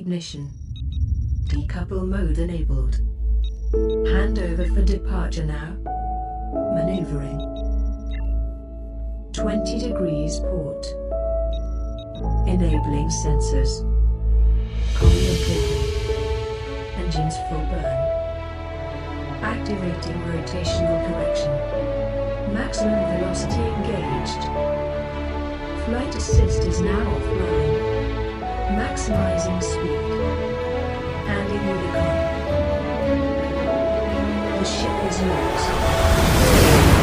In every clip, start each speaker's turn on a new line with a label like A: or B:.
A: Ignition. Decouple mode enabled. Handover for departure now. Maneuvering. 20 degrees port. Enabling sensors. Communicating. Engines full burn. Activating rotational correction. Maximum velocity engaged. Flight assist is now offline. Maximizing speed. Landing Unicorn. The ship is yours.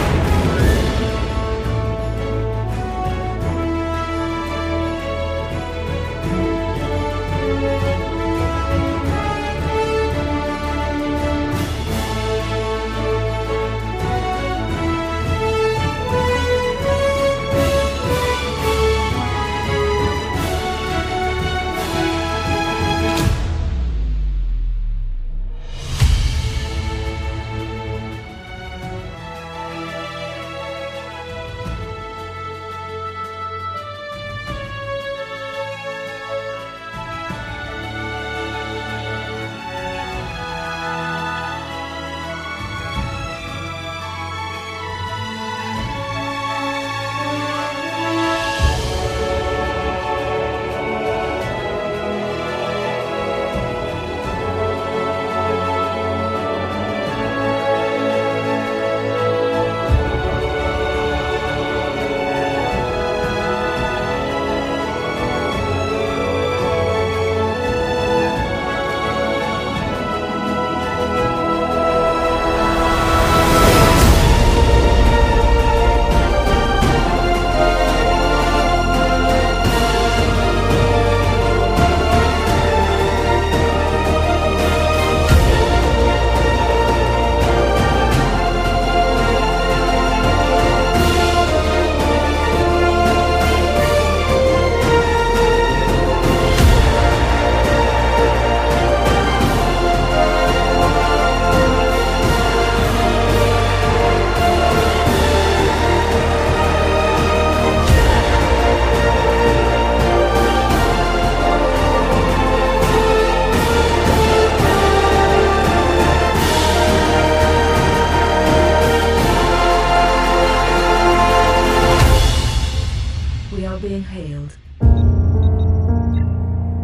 A: We are being hailed.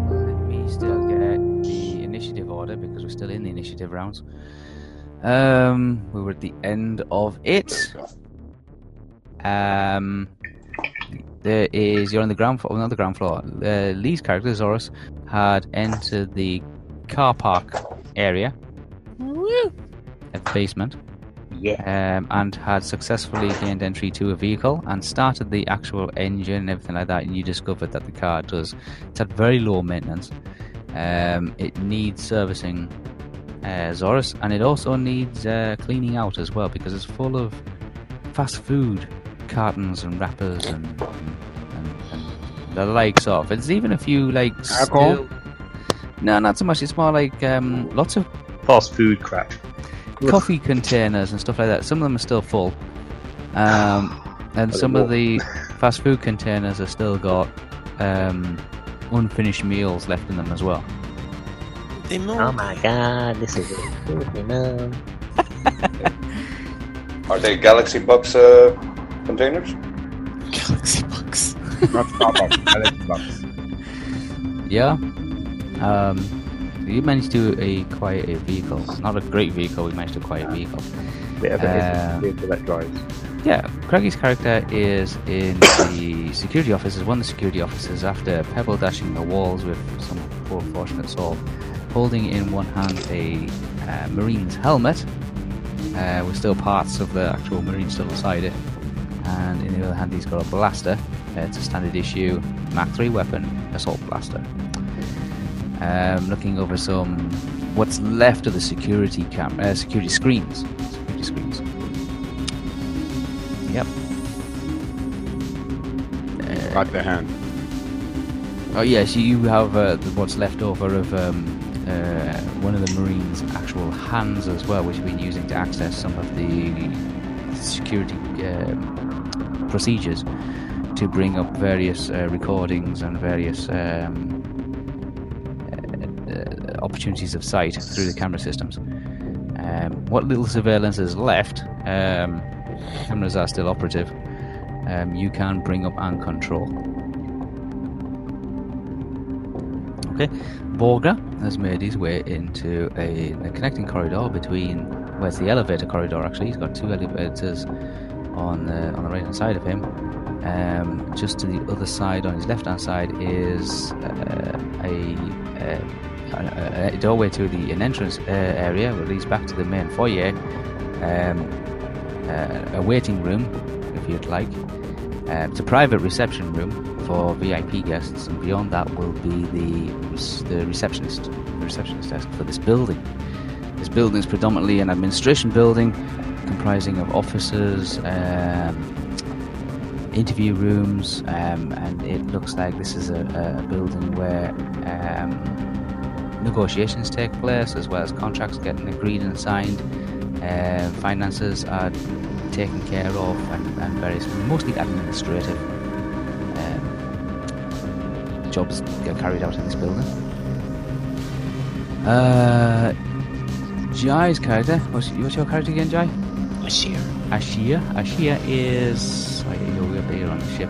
B: Let me still get the initiative order because we're still in the initiative rounds. Um, we were at the end of it. Um, there is you're on the ground floor, well, not the ground floor. Uh, Lee's character Zorus had entered the car park area, at the basement,
C: Yeah.
B: um, and had successfully gained entry to a vehicle and started the actual engine and everything like that. And you discovered that the car does it's at very low maintenance. Um, it needs servicing, uh, Zorus, and it also needs uh, cleaning out as well because it's full of fast food cartons and wrappers and, and, and, and the likes of. It's even a few like
C: Alcohol?
B: still- No, not so much. It's more like um, lots of
C: Fast food crap.
B: coffee containers and stuff like that. Some of them are still full, um, and
C: But
B: some
C: it
B: of the fast food containers have still got um, unfinished meals left in them as well.
D: They
E: Oh
D: mold.
E: my god, this is it. You know,
F: Are they Galaxy Box uh, containers?
D: Galaxy Bucks.
C: Not Starbucks. Alex Bucks.
B: Yeah. Um, you managed to acquire a vehicle. Not a great vehicle. We managed to acquire a vehicle.
C: Bit of
B: Uh,
C: a vehicle that drives.
B: Yeah, Craiggie's character is in the security offices. One of the security offices, after pebble dashing the walls with some poor fortunate soul, holding in one hand a uh, marine's helmet, uh, with still parts of the actual marine still inside it, and in the other hand he's got a blaster. Uh, it's a standard issue Mach 3 weapon, assault blaster. Um, looking over some what's left of the security cam, uh, security screens, security screens. Yep.
C: Right the hand.
B: Oh yes, you have uh, the- what's left over of um, uh, one of the Marines' actual hands as well, which we've been using to access some of the security um, procedures to bring up various uh, recordings and various um, opportunities of sight through the camera systems. Um, what little surveillance is left, um, cameras are still operative. Um, you can bring up and control. Okay, Borga has made his way into a, a connecting corridor between where's the elevator corridor. Actually, he's got two elevators on the on the right hand side of him. Um, just to the other side, on his left hand side, is uh, a, uh, a, a doorway to the an entrance uh, area, which leads back to the main foyer. Um, uh, a waiting room, if you'd like. Uh, it's a private reception room for VIP guests, and beyond that will be the rec- the receptionist, the receptionist desk for this building. This building is predominantly an administration building, comprising of offices, um, interview rooms, um, and it looks like this is a, a building where um, negotiations take place, as well as contracts getting agreed and signed. Uh, finances are taken care of, and, and various mostly administrative um, jobs get carried out in this building. Uh, Jai's character, what's, what's your character again, Jai?
D: Ashir.
B: Ashia. Ashia is. I think you'll appear on the ship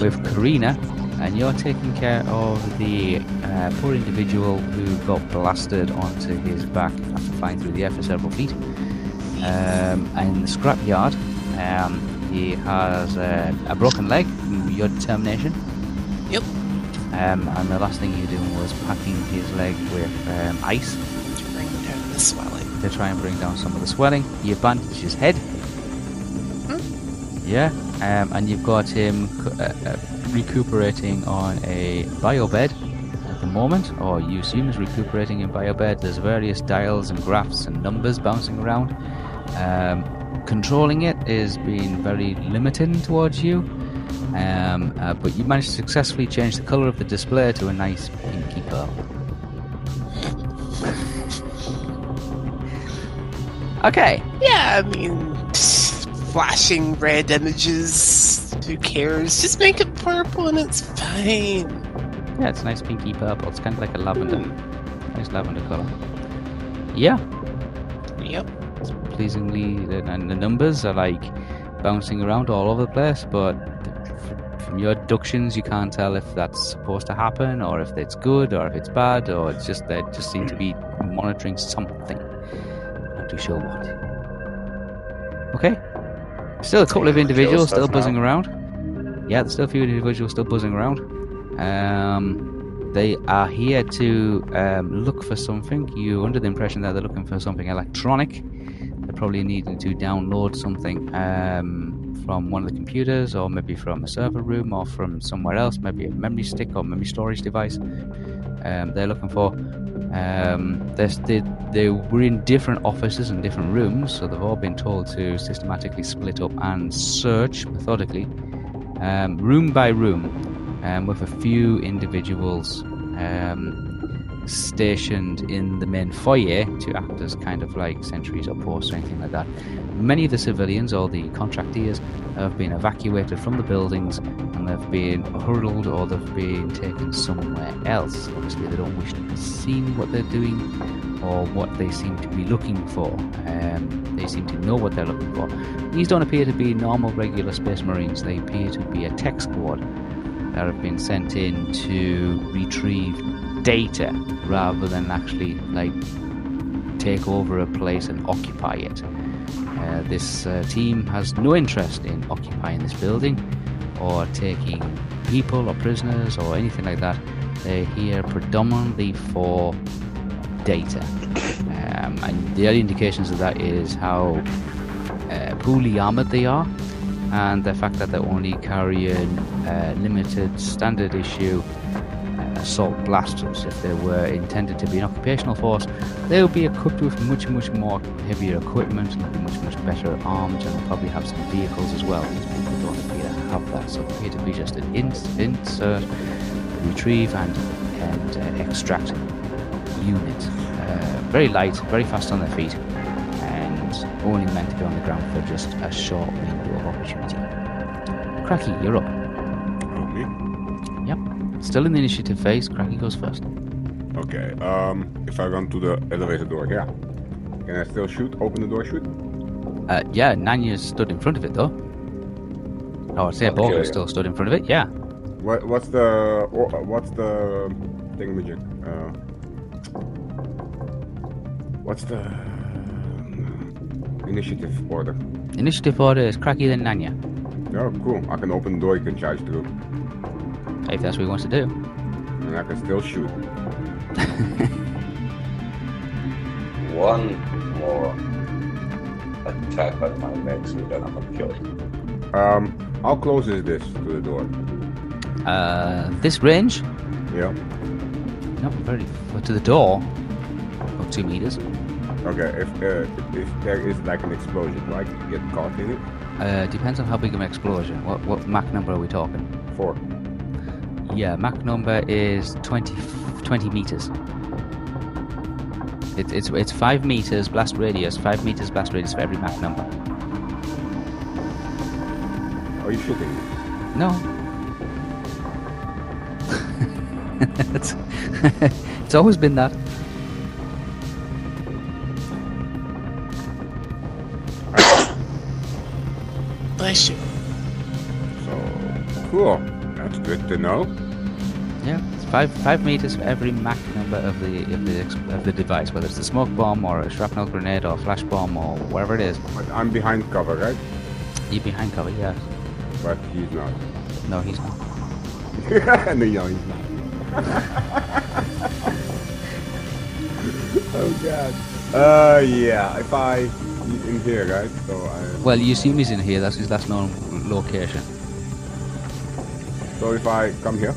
B: with Karina, and you're taking care of the uh, poor individual who got blasted onto his back after flying through the air for several feet. Um, and in the scrapyard, um, he has uh, a broken leg, your determination.
D: Yep.
B: Um, and the last thing you did was packing his leg with um, ice
D: To bring down the swelling.
B: to try and bring down some of the swelling. You bandage his head. Yeah, um, and you've got him c- uh, uh, recuperating on a bio bed at the moment, or you assume is recuperating in bio bed. There's various dials and graphs and numbers bouncing around. Um, controlling it is being very limiting towards you, um, uh, but you managed to successfully change the color of the display to a nice pinky pearl. Okay.
D: Yeah, I mean, flashing red images. Who cares? Just make it purple and it's fine.
B: Yeah, it's nice pinky purple. It's kind of like a lavender. Nice lavender color. Yeah,
D: Yep.
B: pleasingly, the- and the numbers are like bouncing around all over the place. But f- from your deductions, you can't tell if that's supposed to happen, or if it's good, or if it's bad, or it's just they just seem to be monitoring something. Not too sure what. Okay. Still a couple of
F: Kill
B: individuals still
F: stuff now.
B: buzzing around. Yeah, there's still a few individuals still buzzing around. Um, they are here to um, look for something. You're under the impression that they're looking for something electronic. They're probably needing to download something um, from one of the computers, or maybe from a server room, or from somewhere else, maybe a memory stick or memory storage device. Um, they're looking for. Um, they're, s- they, they were in different offices and different rooms, so they've all been told to systematically split up and search methodically um, room by room, um, with a few individuals um, stationed in the main foyer to act as kind of like sentries or posts or anything like that. Many of the civilians or the contractors have been evacuated from the buildings and they've been hurled or they've been taken somewhere else. Obviously, they don't wish to be seen what they're doing or what they seem to be looking for. Um, they seem to know what they're looking for. These don't appear to be normal, regular Space Marines. They appear to be a tech squad that have been sent in to retrieve data rather than actually like take over a place and occupy it. Uh, this uh, team has no interest in occupying this building or taking people or prisoners or anything like that. They're here predominantly for data. Um, and the only indications of that is how uh, poorly armored they are and the fact that they're only carrying uh, limited standard issue uh, assault blasters. If they were intended to be an occupational force, they would be equipped with much, much more heavier equipment and be much, much better armed and probably have some vehicles as well. These people don't appear to have that, so they appear to be just an ins- insert, retrieve, and, and uh, extract unit. Uh, very light, very fast on their feet, and only meant to be on the ground for just a short window of opportunity. Cracky, you're up.
C: Okay.
B: Still in the initiative phase, Cracky goes first.
C: Okay. Okay. Um, if I run to the elevator door, yeah. Can I still shoot? Open the door, shoot.
B: Uh, yeah, Nanya stood in front of it though. Oh, I'd say
F: Okay.
B: Borgin still stood in front of it. Yeah,
C: What? What's the? or- What's the thingamajig? Uh, what's the mm, initiative order?
B: initiative order is Cracky then Nanya.
C: Oh, cool. I can open the door. You can charge through,
B: If that's what he wants to do.
C: and I can still shoot.
F: One more attack by my max, and then I'm gonna kill it.
C: Um, how close is this to the door?
B: Uh, this range,
C: Yeah.
B: not very but to the door, of two meters.
C: Okay. If uh, if there is like an explosion, right? You get caught in it.
B: Uh, depends on how big of an explosion. What what Mach number are we talking?
C: Four.
B: Yeah, Mach number is 20, 20 meters. It, it's it's five meters blast radius. Five meters blast radius for every Mach number.
C: Are you shooting?
B: No. it's, it's always been that.
D: Bless you.
C: So cool. That's good to know.
B: Yeah, it's five five meters for every Mach number of the of the ex- of the device, whether it's a smoke bomb or a shrapnel grenade or a flash bomb or whatever it is.
C: But I'm behind cover, right?
B: You're behind cover, yeah.
C: But he's not.
B: No, he's not.
C: no, no, he's not. oh god. Uh, yeah. If I he's in here, right? So I.
B: Well, you assume he's in here. That's his last known location.
C: So if I come here.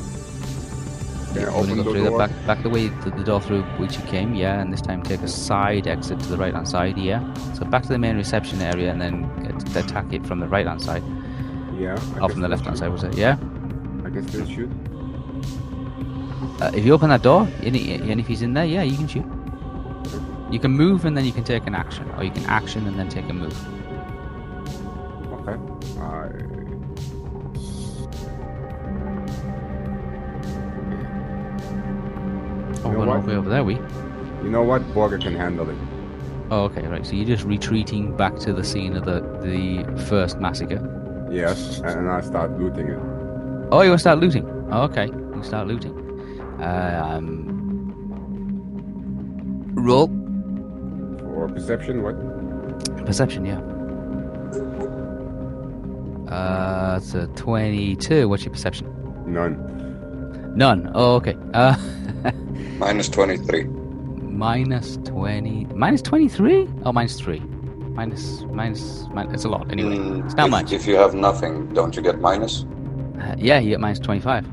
C: Can I
B: You're gonna
C: open
B: go
C: the
B: through the
C: door?
B: back back the way the, the door through which you came, yeah. And this time take a side exit to the right hand side, yeah. So back to the main reception area and then get, attack it from the right hand side.
C: Yeah. I
B: Oh,
C: can
B: from the
C: still
B: left hand
C: shoot.
B: side, was it? Yeah.
C: I can still shoot.
B: Uh, if you open that door, and, he- and if he's in there, yeah, you can shoot. You can move and then you can take an action, or you can action and then take a move.
C: Okay. I.
B: Oh, we're
C: know
B: all
C: what?
B: the way over there, we.
C: You know what? Borger can handle it.
B: Oh, okay, right. So you're just retreating back to the scene of the the first massacre.
C: Yes. And I start looting it.
B: Oh, you want to start looting? Oh, okay, you start looting. Um, roll
C: For perception, what?
B: perception, yeah. Uh, it's a twenty-two. What's your perception?
C: None.
B: None. Oh, okay. Uh.
F: Minus 23.
B: minus 20 minus 23 oh minus 3 minus minus min- it's a lot anyway
F: Mm,
B: it's not
F: if,
B: much
F: If you have nothing, don't you get minus?
B: Uh, yeah you get minus 25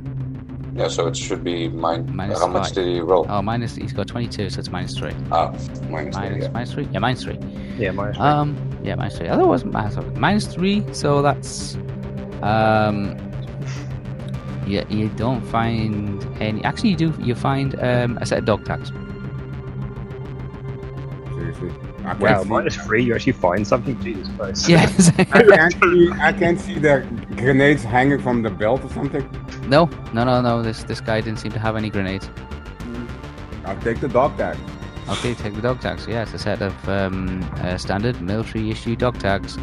F: Yeah, so it should be min-
B: Minus
F: How much
B: five.
F: did he roll?
B: oh minus he's got 22 so it's minus 3
F: ah, minus three,
B: minus
F: yeah.
B: minus 3 yeah minus 3
E: Yeah, my
B: um yeah minus 3 otherwise minus, minus 3 so that's um yeah you don't find any actually you do you find um a set of dog tags
C: Seriously. I can't
E: Wow,
C: see.
E: minus three, you actually find something? Jesus Christ.
B: yes
C: I can't see. I can't see the grenades hanging from the belt or something.
B: no no no no this this guy didn't seem to have any grenades
C: I'll take the dog tag.
B: Okay, take the dog tags. Yeah, it's a set of um, uh, standard military issue dog tags.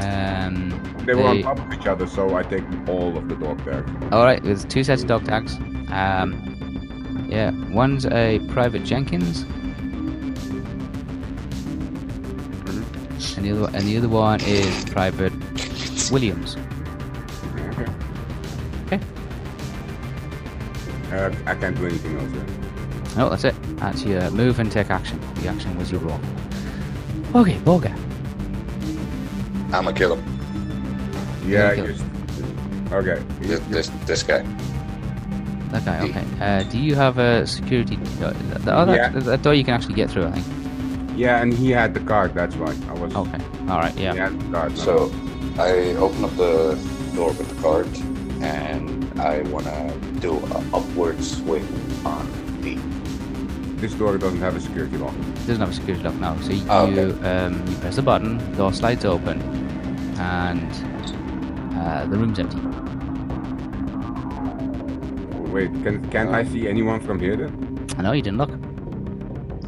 B: Um,
C: They were on
B: Hey.
C: top of each other, so I take all of the dog tags.
B: all right, there's two sets of dog tags. Um, yeah, one's a Private Jenkins, and the other and the other one is Private Williams. Okay.
C: Uh, I can't do anything else. Then.
B: No, Oh, that's it. That's your move and take action. The action was your roll. Okay, Borga.
F: I'm gonna kill him.
C: Yeah.
B: Okay.
C: Just, okay.
F: This, this, this guy.
B: That guy. Okay. Uh, do you have a security? Uh, oh, that, that door you can actually get through. I think.
C: Yeah, and he had the card. That's why I was.
B: Okay. All right. Oh, Yeah.
C: He had the card. no.
F: So I open up the door with the card and I wanna do a upward swing on the.
C: this door doesn't have a security lock.
B: doesn't have a security lock now. So you,
F: Oh, okay.
B: um, you press the button, door slides open, and uh, the room's empty. Oh.
C: Wait, can can I see anyone from here? Then?
B: I know you didn't look.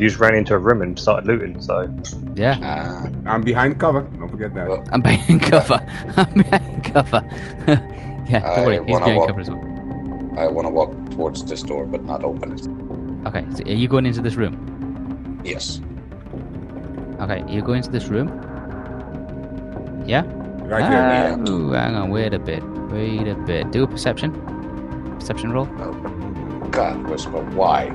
E: You just ran into a room and started looting, so.
B: Yeah,
F: Ah,
C: I'm behind cover. Don't forget that.
F: well,
B: I'm behind cover. I'm behind cover. yeah, don't
F: I
B: worry, he's
F: wanna
B: behind
F: walk-
B: cover as well.
F: I want to walk towards this door, but not open it.
B: Okay, so are you going into this room?
F: Yes.
B: Okay, you go into this room. Yeah.
C: Right there.
B: Ah, ooh, hang on, wait a bit, wait a bit. Do a perception, perception roll.
F: No. Oh, God, Whisper, why?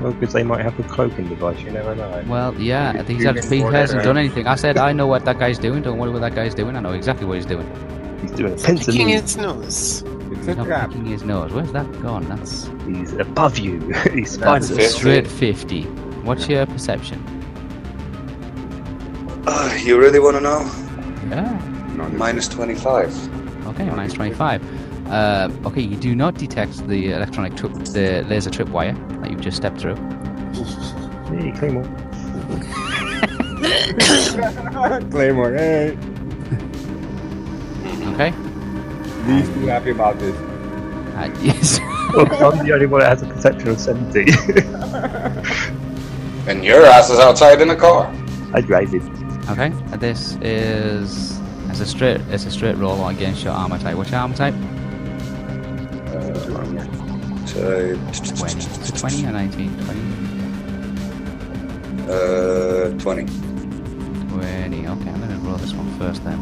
E: Well, because they might have a cloaking device, you never know.
B: Well, yeah, these
C: you
B: are,
C: can
B: he
C: order
B: hasn't
C: it.
B: done anything. I said I know what that guy's doing. Don't worry what that guy's doing. I know exactly what he's doing.
E: He's doing a pincer
D: Picking
E: move.
D: its nose.
C: It's a
B: He's not
C: trap.
B: picking his nose. Where's that gone? That's
E: He's above you. He's
B: that's
E: spider.
B: a
F: fifty.
B: straight fifty. What's your perception?
F: Uh, you really want to know?
B: Yeah.
C: No, no.
F: Minus 25.
B: Ah, Okay, minus 25. Uh, okay, you do not detect the electronic trip, the laser tripwire that you've just stepped through.
E: Hey, Claymore.
C: Claymore, hey.
B: Okay.
C: Lee's too happy about this.
B: Uh, yes.
E: Look, I'm the only one that has a perception of 70.
F: And your ass is outside in a car.
E: I graded.
B: okay. and This is it's a straight it's a straight roll against your armor type. What's your armor type?
F: Type.
B: 20. Is it 20 or 19? 20.
F: Uh, 20.
B: 20. Okay, I'm gonna roll this one first then.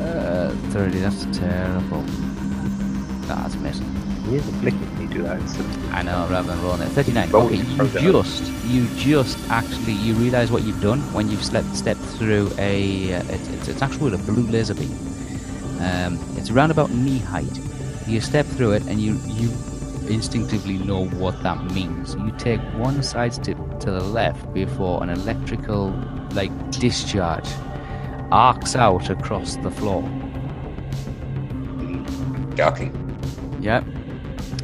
B: Uh, 30. That's terrible. Ah, That's missing.
E: He is a flick if you do that. It's-
B: I know, rather than rolling it. 39.
E: Roll
B: Okay,
E: it,
B: you
E: roll it.
B: just, you just actually, you realise what you've done when you've slept, stepped through a, uh, it's, it's, it's actually a blue laser beam. Um, it's around about knee height. You step through it and you, you instinctively know what that means. You take one side step to the left before an electrical, like, discharge arcs out across the floor.
F: Shocking.
B: Yep.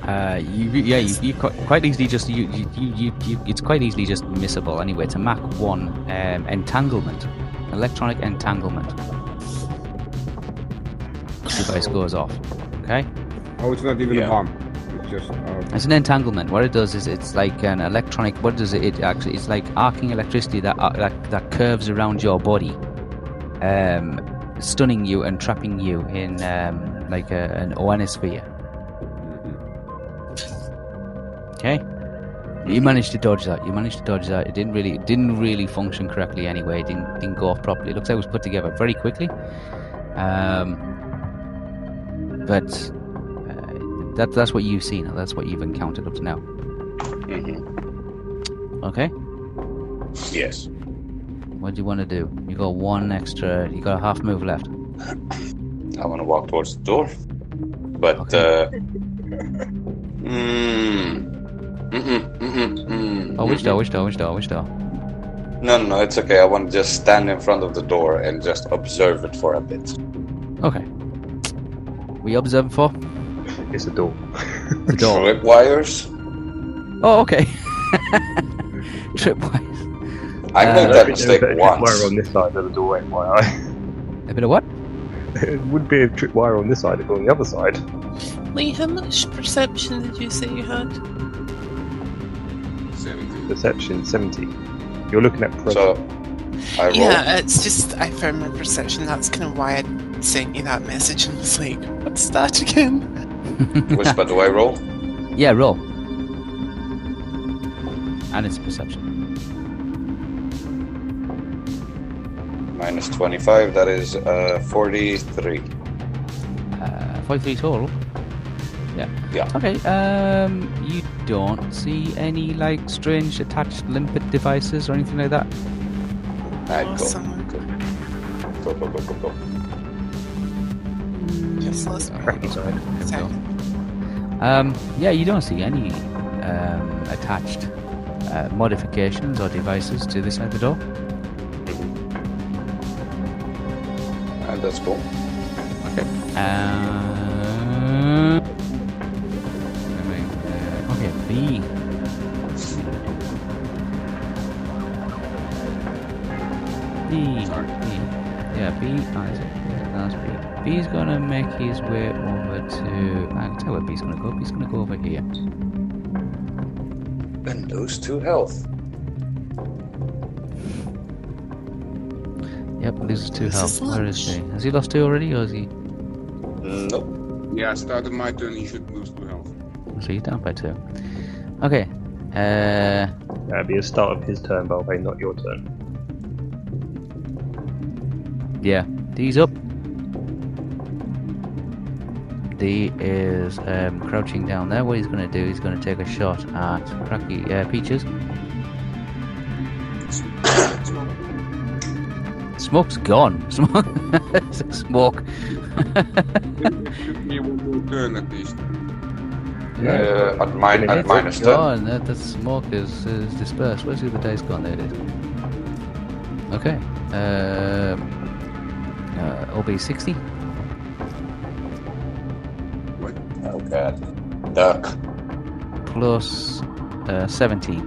B: Uh, you, yeah, you, you qui- quite easily just you, you, you, you, you it's quite easily just missable anyway. It's a Mac One um, entanglement, electronic entanglement. Device goes off. Okay,
C: Oh, it's not even
F: Yeah.
C: a bomb. It's just. Uh,
B: it's an entanglement. What it does is it's like an electronic. What does it, it actually? It's like arcing electricity that ar- that, that curves around your body, um, stunning you and trapping you in um, like a, an ionosphere. Okay. You managed to dodge that. You managed to dodge that. It didn't really, it didn't really function correctly anyway. It didn't, didn't go off properly. It looks like it was put together very quickly. Um, but uh, that, that's what you've seen. That's what you've encountered up to now.
F: hmm
B: Mm-hmm. Okay.
F: Yes.
B: What do you want to do? You got one extra. You got a half move left.
F: I want to walk towards the door. But,
B: Okay.
F: uh. mm-hmm, Mm. Mm-mm, mm-mm, mm.
B: Oh, which
F: mm-mm.
B: door? Which door? Which door? Which door?
F: No, no, no, it's okay. I want to just stand in front of the door and just observe it for a bit.
B: Okay. We observe for
E: It's a door.
B: the door.
F: Trip wires.
B: Oh, okay. Tripwise.
F: I
B: Uh,
F: made
E: Don't
F: that
E: be
F: mistake
E: doing a Tripwire
F: once.
E: on this side of the doorway, FYI.
B: A bit of what?
E: it would be a tripwire on this side, but on the other side.
D: Lee, how much perception did you say you had?
E: Perception 70. You're looking at present.
F: So I rolled.
D: Yeah, it's just I found my perception. That's kind of why I sent you that message and was like, "What's that again?"
F: Whisper, do I roll?
B: Yeah, roll. And it's perception.
F: Minus 25, that is uh, 43.
B: Uh, 43 total. Yeah.
F: Yeah.
B: Okay, um, you don't see any, like, strange attached limpet devices or anything like that?
F: I go.
D: Awesome.
F: Go, go, go, go, go.
D: Just lost my
E: Cracking side.
D: second.
B: Um, yeah, you don't see any um, attached uh, modifications or devices to this side of the door.
F: Uh, that's cool.
B: Uh, okay, B. B. B. Yeah, B. Isaac. That's B. B's gonna make his way over to. I can tell where B's gonna go. B's gonna go over here.
F: and lose two health.
B: Yep, loses two
D: This
B: health.
D: is
B: Where is he?
D: lunch.
B: Has he lost two already, or is he?
F: Nope.
C: Yeah, I started my turn. You should lose two health.
B: So he's down by two. Okay. Uh,
E: That'd be the start of his turn, by the way, not your turn.
B: yeah. D's up. D is um, crouching down there. What he's going to do, he's going to take a shot at Cracky uh, Peaches. Smoke's gone. Smoke. It's a Smoke.
C: It should be one more turn at least.
F: Uh, at, mi-
E: Minus
F: at
B: It's
F: minus 10.
B: gone. That, that smoke is, is dispersed. Where's the other dice gone? There it is. Okay. Um, uh, OB60.
C: What?
F: Oh god. Duck.
B: plus uh, 17.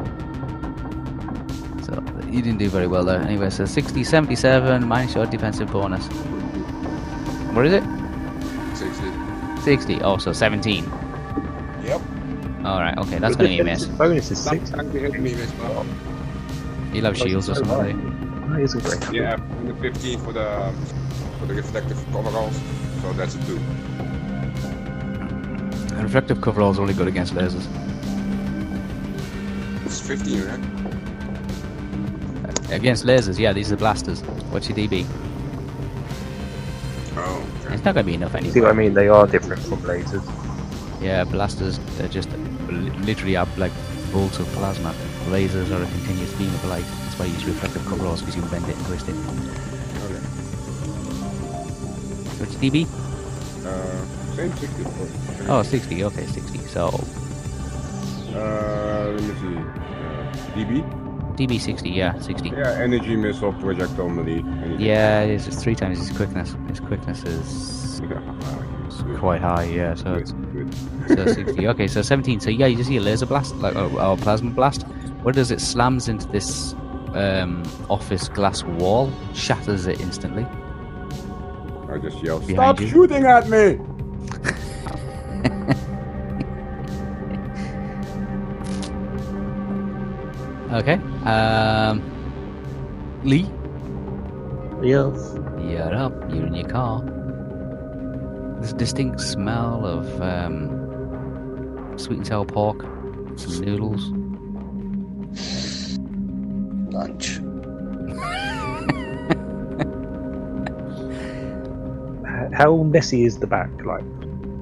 B: So you didn't do very well there. Anyway, so 60, 77 minus your defensive bonus. What is it?
C: Sixty.
B: 60. Oh, so 17.
F: Yep.
B: Alright, okay, that's going to be a miss.
E: His Bonus is
C: That
E: six.
C: can't be hitting me, miss. Well,
B: You'll have shields or something. don't you?
E: Oh, he isn't great.
C: Yeah, and the 15 for the for the reflective coveralls. So that's a two.
B: And reflective coverall's only good against lasers.
C: It's 15, right?
B: Against lasers, yeah, these are blasters. What's your DB?
C: Oh, okay.
B: It's not going to be enough
E: See what I
B: anyway.
E: mean? They are different from lasers.
B: Yeah, blasters, they're just li- literally are like bolts of plasma. Lasers are a continuous beam of light. That's why you use reflective coveralls because you can bend it and twist it.
C: okay.
B: What's your DB?
C: Uh, same 60. for-
B: Oh, 60. Okay, 60. So,
C: Uh, let me see. Uh, DB?
B: DB 60. Yeah, 60.
C: Yeah, energy missile projectile melee. energy.
B: Yeah, it is. It's three times his quickness. His quickness is
C: Good,
B: quite high. Yeah, so it's
C: good, good.
B: so 60. Okay, so 17. So yeah, you just see a laser blast, like a, a plasma blast. What does it slams into this um, office glass wall, shatters it instantly.
C: I just yelled,
B: Behind
C: Stop
B: you.
C: shooting at me!
B: Okay. Um, Lee,
E: Yes.
B: you're up. You're in your car. This distinct smell of um, sweet and sour pork, some noodles.
F: Lunch.
E: H- How messy is the back? Like,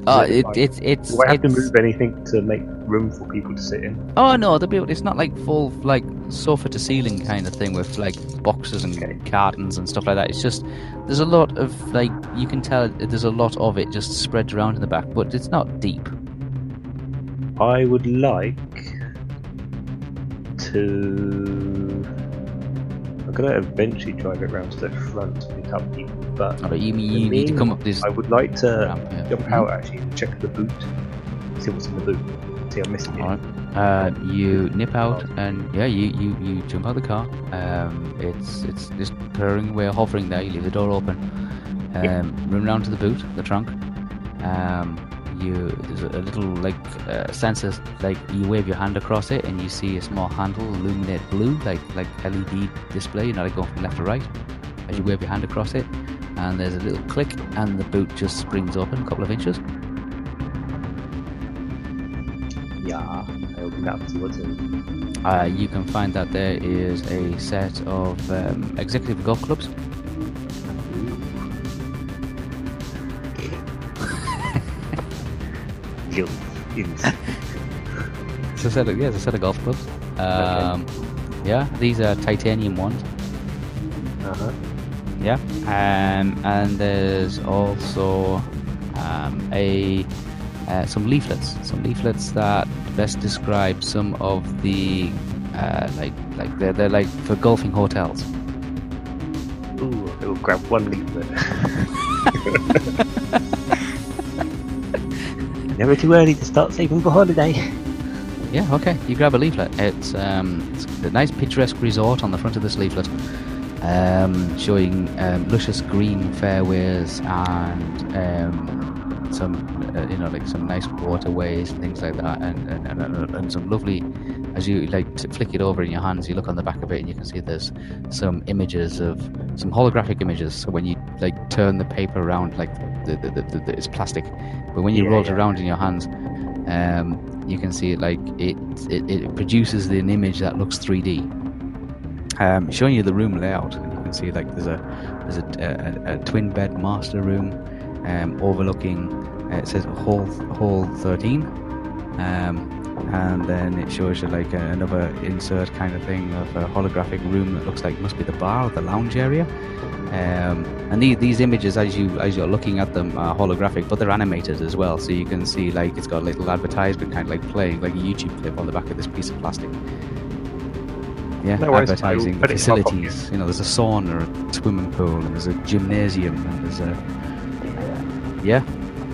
B: Oh,
E: Is it
B: it,
E: like-
B: it's it's
E: do I have to
B: it's-
E: move anything to make room for people to sit in?
B: Oh no, the build it's not like full like sofa to ceiling kind of thing with like boxes and
E: Okay.
B: cartons and stuff like that. It's just there's a lot of like you can tell it- there's a lot of it just spread around in the back, but it's not deep.
E: I would like to. I'm gonna eventually drive it round to the front to pick up people, but
B: Oh, but you,
E: the
B: you need to
E: mean-
B: come up this Mm-hmm.
E: I would like to
B: ramp here.
E: jump out actually and check the boot. See what's in the boot. See, I'm missing it.
B: Alright. Uh, you nip out and yeah, you, you, you jump out of the car. Um, it's it's just purring away, hovering there. You leave the door open. Um, run round to the boot, the trunk. Um, you there's a little like uh, sensor, like you wave your hand across it and you see a small handle illuminate blue, like like LED display. You know, like going from left to right as you wave your hand across it. And there's a little click, and the boot just springs open a couple of inches.
E: Yeah, I open that to what's in.
B: Uh, you can find that there is a set of um, executive golf clubs.
E: Kill. Ins.
B: It's a set of, yeah, it's a set of golf clubs. Um, Yeah, these are titanium ones.
E: Uh-huh.
B: Yeah. Um, and there's also um, a uh, some leaflets, some leaflets that best describe some of the uh, like like they're they're like for golfing hotels.
E: Ooh, I will grab one leaflet. Never too early to start saving for holiday.
B: Yeah, okay. You grab a leaflet. It's, um, it's a nice picturesque resort on the front of this leaflet, um, showing um, luscious green fairways and um, some, uh, you know, like some nice waterways and things like that, and and, and, and, and some lovely as you like t- flick it over in your hands, you look on the back of it, and you can see there's some images of some holographic images. So when you like turn the paper around, like the, the, the, the, it's plastic, but when you
E: Yeah,
B: roll it
E: yeah.
B: around in your hands, um, you can see it like it, it it produces an image that looks 3D. Um, showing you the room layout, and you can see like there's a there's a, a, a twin bed master room um, overlooking. Uh, it says hall hall 13. Um, and then it shows you like a, another insert kind of thing of a holographic room that looks like must be the bar or the lounge area. Um, and these, these images, as you as you're looking at them, are holographic, but they're animated as well. So you can see like it's got a little advertisement kind of like playing like a YouTube clip on the back of this piece of plastic. Yeah,
E: No worries, I will
B: advertising the
E: put it in my pocket.
B: facilities. You know, there's a sauna, a swimming pool, and there's a gymnasium, and there's a yeah.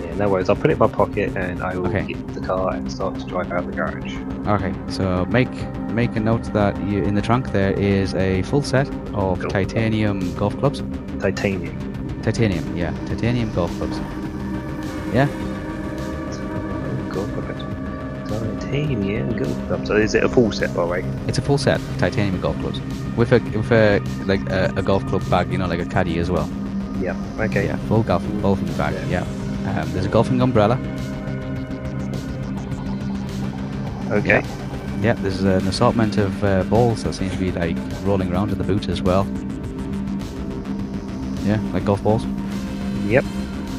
E: Yeah, no worries. I'll put it in my pocket and I will
B: Okay.
E: get the car and start to drive out the garage.
B: Okay, so make make a note that you, in the trunk there is a full set of
E: Cool.
B: titanium golf clubs.
E: Titanium.
B: Titanium, yeah, titanium golf clubs. Yeah,
E: Oh god, what happened? Titanium golf club. So is it a full set by the way?
B: it's a full set of titanium golf clubs with a with a like a, a golf club bag, you know, like a caddy as well.
E: Yeah. Okay.
B: Yeah, full golfing golfing bag. Yeah, um, there's a golfing umbrella.
E: Okay.
B: Yeah, there's an assortment of uh, balls that seem to be like rolling around in the boot as well. Yeah, like golf balls.
E: Yep.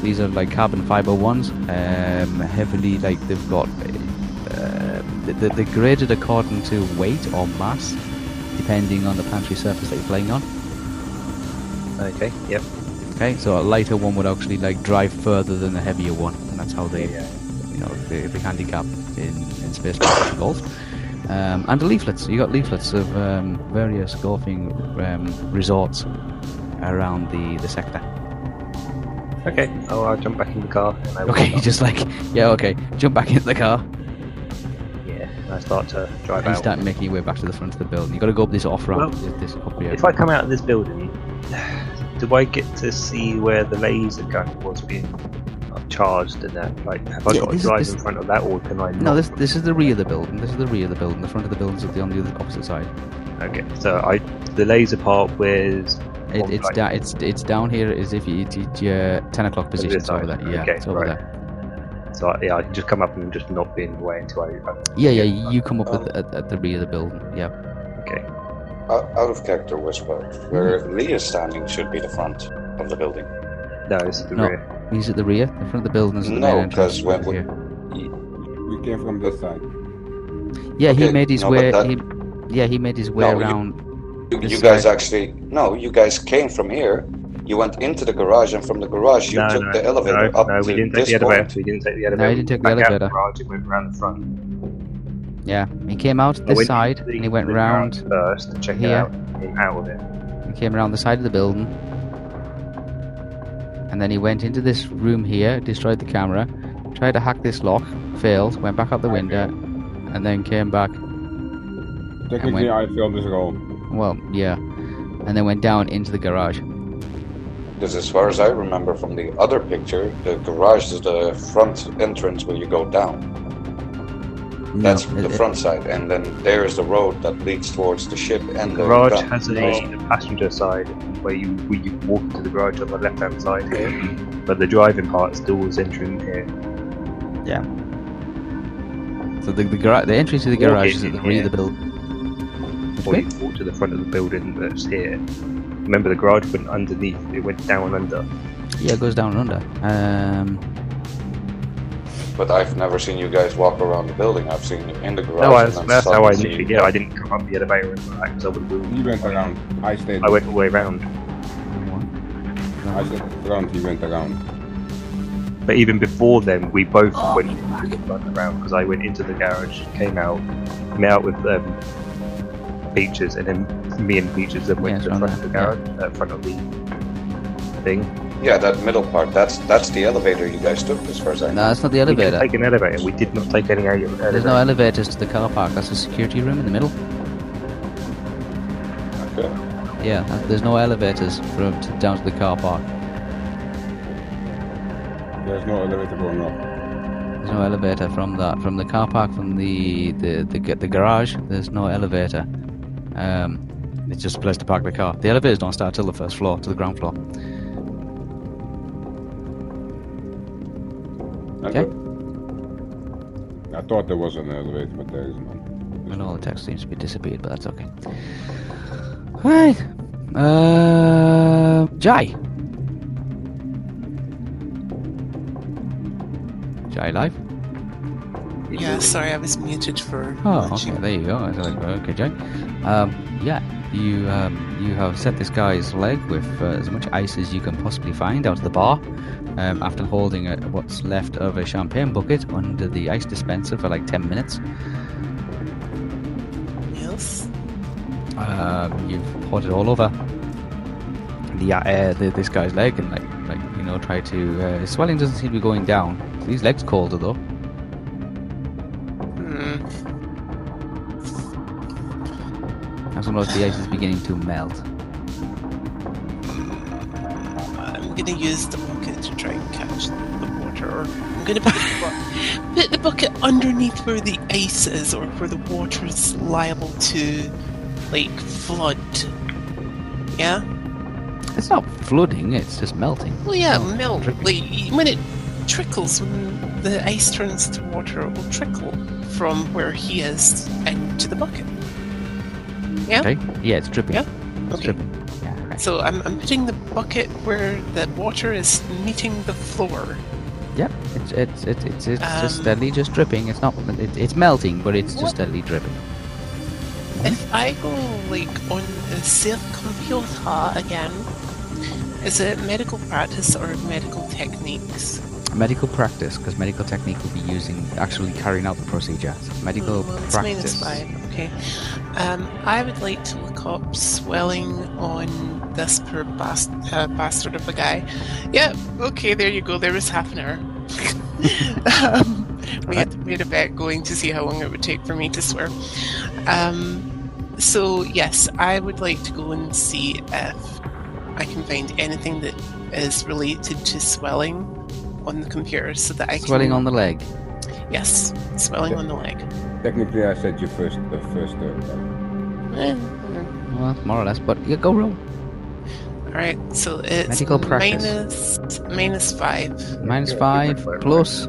B: These are like carbon fiber ones, um, heavily like they've got. Uh, they- they're graded according to weight or mass, depending on the pantry surface that you're playing on.
E: Okay. Yep.
B: Okay, so a lighter one would actually like drive further than the heavier one, and that's how they,
E: Yeah.
B: you know, the, the handicap in, in space golf. golf. Um, and the leaflets. You got leaflets of um, various golfing um, resorts around the, the sector.
E: Okay. Oh, I'll jump back in the car. And I will
B: Okay,
E: start-
B: just like yeah, okay, jump back into the car.
E: Yeah. And I start to drive
B: You
E: out.
B: start making your way back to the front of the building. You got to go up this off ramp.
E: Well,
B: this, this up here.
E: If I come out of this building, do I get to see where the laser gun was being charged and that? Like, have I
B: Yeah,
E: got to
B: this-
E: drive
B: this-
E: in front of that, or can I?
B: no,
E: not?
B: this this is the rear of the building. This is the rear of the building. The front of the building's at the on the other opposite side.
E: Okay. So I, the laser part was
B: It,
E: on,
B: it's
E: like,
B: da- it's it's down here as if you it's your ten o'clock
E: this
B: position. It's over
E: side.
B: there. Yeah,
E: Okay,
B: it's over
E: right.
B: there.
E: So I, yeah, I can just come up and just not be in the way until I.
B: Yeah, yeah. You come up with, at, at the rear of the building. Yeah.
E: Okay.
F: Out, out of character whisper. Where Lee is standing should be the front of the building.
E: No, it's the
B: No.
E: rear.
B: He's at the rear. The front of the building is at the
F: No,
B: main entrance.
F: 'cause when-
B: here.
C: We came from this side.
B: yeah, he
F: okay,
B: made his
F: no, but
B: way.
F: that-
B: He, yeah, he made his way
F: No, you-
B: around.
F: You,
B: This
F: you guys
B: side.
F: actually no. You guys came from here. You went into the garage, and from the garage you
E: no,
F: took
E: no,
F: the elevator
E: no,
F: up
E: no,
F: to
E: we didn't take
F: this
E: the elevator.
F: point.
E: We didn't take the
B: No,
E: elevator.
B: you didn't
E: We
B: take the
E: back out
B: elevator.
E: the garage and went around the front.
B: yeah, he came out
E: I
B: this
E: went
B: side
E: into the-
B: and he went
E: the
B: round.
E: garage first to check it
B: here.
E: out. and Out of it.
B: He came around the side of the building. And then he went into this room here, destroyed the camera, tried to hack this lock, failed, went back out the window, and then came back.
C: Technically, I failed this role.
B: Well, yeah. And then went down into the garage.
F: Because as far as I remember from the other picture, the garage is the front entrance where you go down.
B: No,
F: That's
B: it-
F: the
B: it-
F: front side, and then there is the road that leads towards the ship and the
E: garage
F: gun.
E: has a
F: Because-
E: the passenger side where you where you walk into the garage on the left hand side here, but the driving part still is entering here.
B: So the the, gara- the entry to the
E: Walk
B: garage is
E: in
B: at the
E: here.
B: rear of the building.
E: Or you walk to the front of the building that's here. Remember, the garage went underneath; it went down under.
B: Yeah, it goes down and under. Um,
F: But I've never seen you guys walk around the building. I've seen you in the garage.
E: No, I,
F: and then
E: that's how I
F: suddenly-
E: literally. Yeah, I didn't come up the elevator and back because I would.
C: He went around. I stayed.
E: I went all the way around.
B: Oh.
C: I stayed around. He went around.
E: But even before then, we both went run around because I went into the garage, came out, met out with um, Peaches, and then me and Peaches then went
B: Yeah,
E: to the
B: it's
E: front
B: around
E: of the
B: there,
E: garage, uh, front of the thing.
F: Yeah, that middle part. That's that's the elevator you guys took as far as I
B: no,
F: know.
B: that's not the
E: We didn't
B: elevator.
E: take an elevator. We did not take any ele- elevator.
B: There's no elevators to the car park. That's a security room in the middle.
F: Okay.
B: Yeah, that- there's no elevators from to, down to the car park.
C: There's no elevator going up.
B: There's There's no elevator from that from the car park from the the the, ga- the garage. There's no elevator. Um, it's just a place to park the car. The elevators don't start till the first floor, to the ground floor.
C: I
B: Okay.
C: thought- I thought there was an elevator, but there isn't.
B: And all the text seems to be disappeared, but that's okay. Right. Uh, Jai. Jai live?
D: Yeah, sorry, I was muted for.
B: Oh, okay.
D: watching.
B: There you go. I was like, okay, Jai. Um, yeah, you um, you have set this guy's leg with uh, as much ice as you can possibly find out of the bar. Um, after holding a, what's left of a champagne bucket under the ice dispenser for like ten minutes,
D: Yes.
B: Um, you've poured it all over the, uh, the this guy's leg, and like, like you know, try to. Uh, his swelling doesn't seem to be going down. His leg's colder though.
D: Hmm.
B: Also, notice the ice is beginning to melt.
D: I'm gonna use the bucket to try and catch the water. I'm gonna put the, bu- put the bucket underneath where the ice is, or where the water is liable to, like, flood. Yeah.
B: It's not flooding; it's just melting.
D: Well, yeah, melt. Like y- when it trickles, when the ice turns to water, it will trickle from where he is into the bucket. Yeah.
B: Okay. Yeah, it's dripping.
D: Yeah.
B: It's
D: Okay.
B: dripping. Yeah. Right.
D: So I'm, I'm putting the bucket where the water is meeting the floor.
B: Yep. It's it's it's it's, it's just
D: Um,
B: steadily just dripping. It's not. It, it's melting, but it's
D: What?
B: just steadily dripping.
D: If I go like on a safe computer again, is it medical practice or medical techniques?
B: Medical practice, because medical technique will be using actually carrying out the procedure. Medical
D: Hmm, well, it's minus
B: practice.
D: five. Okay. Um, I would like to look up swelling on this poor bas- uh, bastard of a guy. Yeah. Okay. There you go. There was half an hour. um, we had we had a bet going to see how long it would take for me to swear. Um, so yes, I would like to go and see if I can find anything that is related to swelling on the computer, so that I can
B: Swelling on the leg.
D: yes, swelling
C: Yeah.
D: on the leg.
C: Technically, I said you first. The first. Uh,
B: Well, more or less, but yeah, go roll.
D: All right, so it's
B: Medical practice.
D: minus- minus five.
B: Minus
E: Yeah,
B: five
E: keep it
B: plus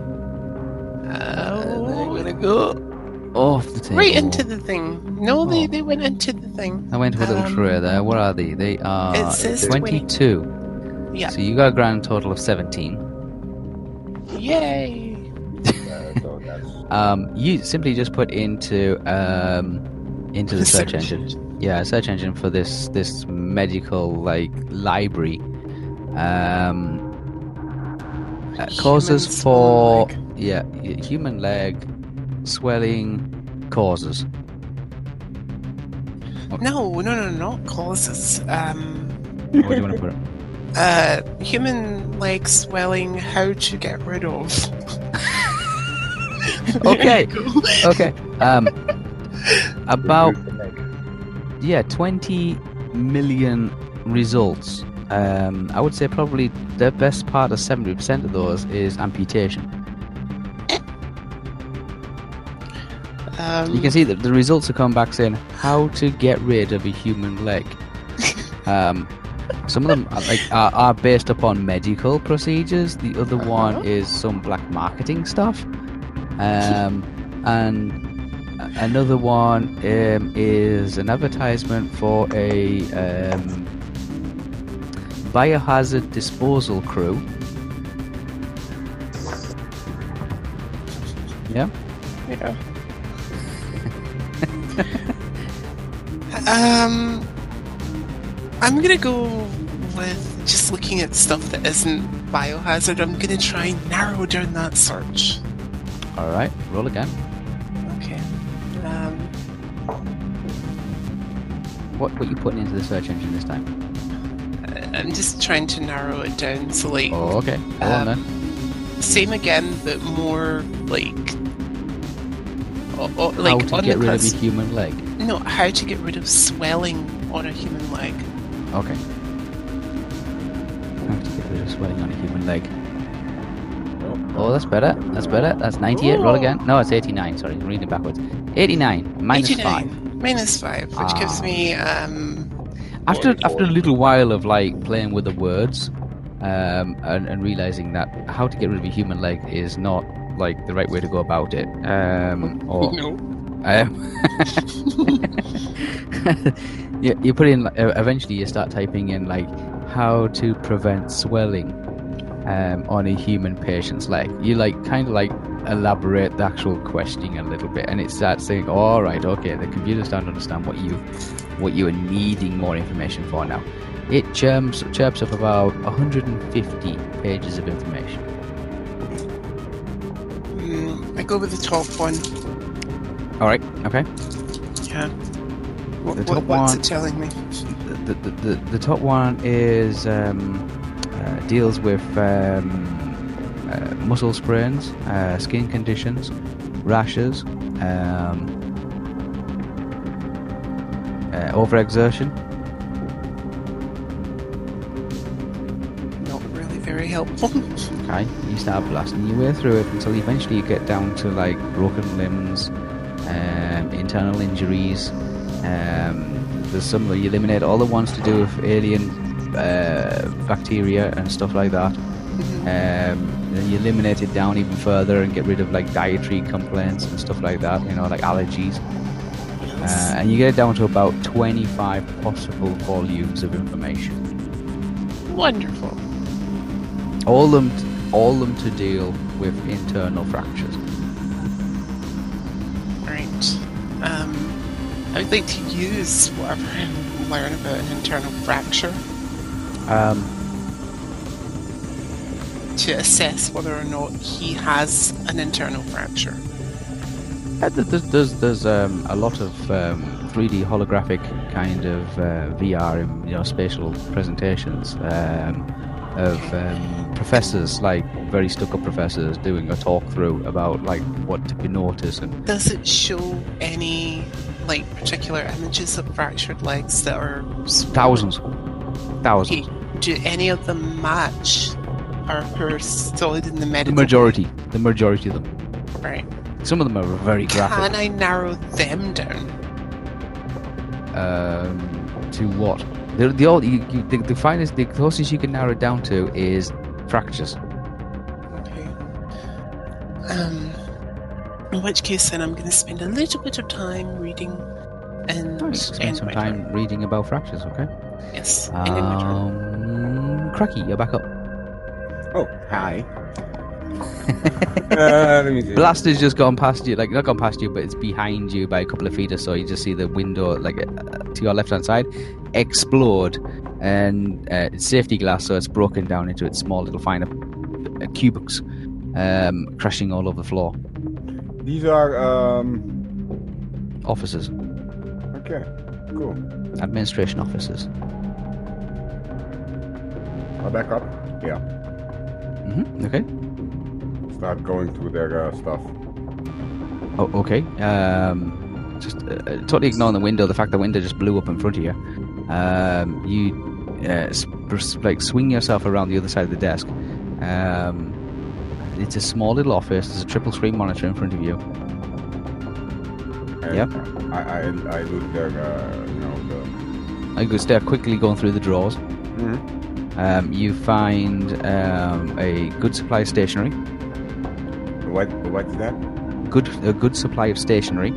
D: Uh, they're gonna go
B: off the table.
D: right into the thing. No, they,
B: Oh.
D: they went into the thing.
B: I went with a little
D: um,
B: tray there. What are they? They are
D: it says
B: 22.
D: Yeah.
B: So you got a grand total of 17.
D: Yay!
C: uh, so that's
B: Um, you simply just put into um, into the search engine. Yeah, search engine for this this medical like library. Um, uh, causes
D: Human
B: for
D: leg.
B: yeah y- human leg swelling causes. Oh.
D: No, no, no, no, not causes. Um,
B: Where do you want to put it?
D: uh, human leg swelling. How to get rid of?
B: Okay.
D: There you go.
B: Okay. Um, about
E: Remove the leg.
B: yeah, 20 million results. Um, I would say probably the best part of 70% of those is amputation.
D: Um,
B: You can see that the results are coming back saying how to get rid of a human leg. Um, some of them are, like, are, are based upon medical procedures. The other one is some black marketing stuff. Um, and a- another one um, is an advertisement for a um, biohazard disposal crew. Yeah.
D: Yeah. um, I'm gonna go with just looking at stuff that isn't biohazard. I'm gonna try and narrow down that search.
B: All right. Roll again.
D: Okay. Um,
B: What what you putting into the search engine this time?
D: I- I'm just trying to narrow it down. So like,
B: Oh, okay. Go on then.
D: same again, but more like, o- o-
B: How
D: like
B: to
D: on
B: get
D: the
B: rid of a
D: cusp.
B: human leg?
D: No, how to get rid of swelling on a human leg.
B: Okay. How to get rid of swelling on a human leg?
C: well,
B: Oh, that's better. That's better. That's 98. Roll again. No, it's 89. Sorry, I'm reading it backwards. 89 minus 5.
D: 89. Minus five, which gives
B: Ah.
D: me um
B: After
F: Forty-four.
B: after a little while of like playing with the words, um, and, and realizing that how to get rid of a human leg is not like the right way to go about it, um, or
D: no.
B: Um, you, you put in, like, uh, eventually, you start typing in, like, how to prevent swelling um, on a human patient's leg. You, like, kind of like elaborate the actual questioning a little bit, and it starts saying, all right, okay, the computers don't understand what you what you are needing more information for now. It chirps, chirps up about 150 pages of information.
D: Mm, I go with the top one.
B: All right, okay.
D: Yeah. What,
B: The
D: what-
B: top
D: what's
B: one.
D: it telling me?
B: the, the, the, the top one is um, uh, deals with um, uh, muscle sprains, uh, skin conditions, rashes, um, uh, overexertion.
D: Not really very helpful.
B: Okay, you start blasting your way through it until eventually you get down to like broken limbs, um, internal injuries. Um, there's some where you eliminate all the ones to do with alien uh, bacteria and stuff like that. Um, then you eliminate it down even further and get rid of like dietary complaints and stuff like that. You know, like allergies. Uh, and you get it down to about 25 possible volumes of information
D: Wonderful.
B: all them all them to deal with internal fractures
D: Right. Um, I would like to use whatever I learn about an internal fracture
B: um,
D: to assess whether or not he has an internal fracture.
B: and th- there's there's, there's um, a lot of um, 3d holographic kind of uh, vr and you know spatial presentations um, of um, professors like very stuck up professors doing a talk through about like what to be noticed and
D: Does it show any like particular images of fractured legs that are swollen?
B: thousands
D: Okay,
B: thousands
D: do any of them match or who are solid in the
B: the
D: medical?
B: majority the majority of them
D: Right.
B: some of them are very
D: Can
B: graphic
D: I narrow them down?
B: um, to what? The, the, old, you, you, the, the finest, the closest you can narrow it down to is fractures.
D: Okay. Um, in which case, then I'm going to spend a little bit of time reading and
B: Spend some
D: and-
B: time uh, reading about fractures, okay?
D: Yes. and in my turn.
B: Um, Cracky, you're back up.
C: Oh, hi. uh, let me see.
B: Blaster's just gone past you, like not gone past you, but it's behind you by a couple of feet or so. You just see the window, like uh, to your left hand side, explode, and uh, it's safety glass, so it's broken down into its small little finer uh, cubics, um, crashing all over the floor.
C: These are um.
B: Officers,
C: Okay, cool.
B: administration officers.
C: I'll back up. Yeah,
B: Mm-hmm. Okay.
C: start going through their uh, stuff.
B: Oh, okay. Um, just uh, uh, totally ignoring the window. The fact the window just blew up in front of you. Um, you uh, sp- like swing yourself around the other side of the desk. Um, it's a small little office. There's a triple screen monitor in front of you.
C: And
B: Yep.
C: I I I loot their uh, you know the.
B: I go step quickly going through the drawers.
C: Mhm.
B: Um, you find um, a good supply of stationery.
C: What what's that?
B: Good a good supply of stationery.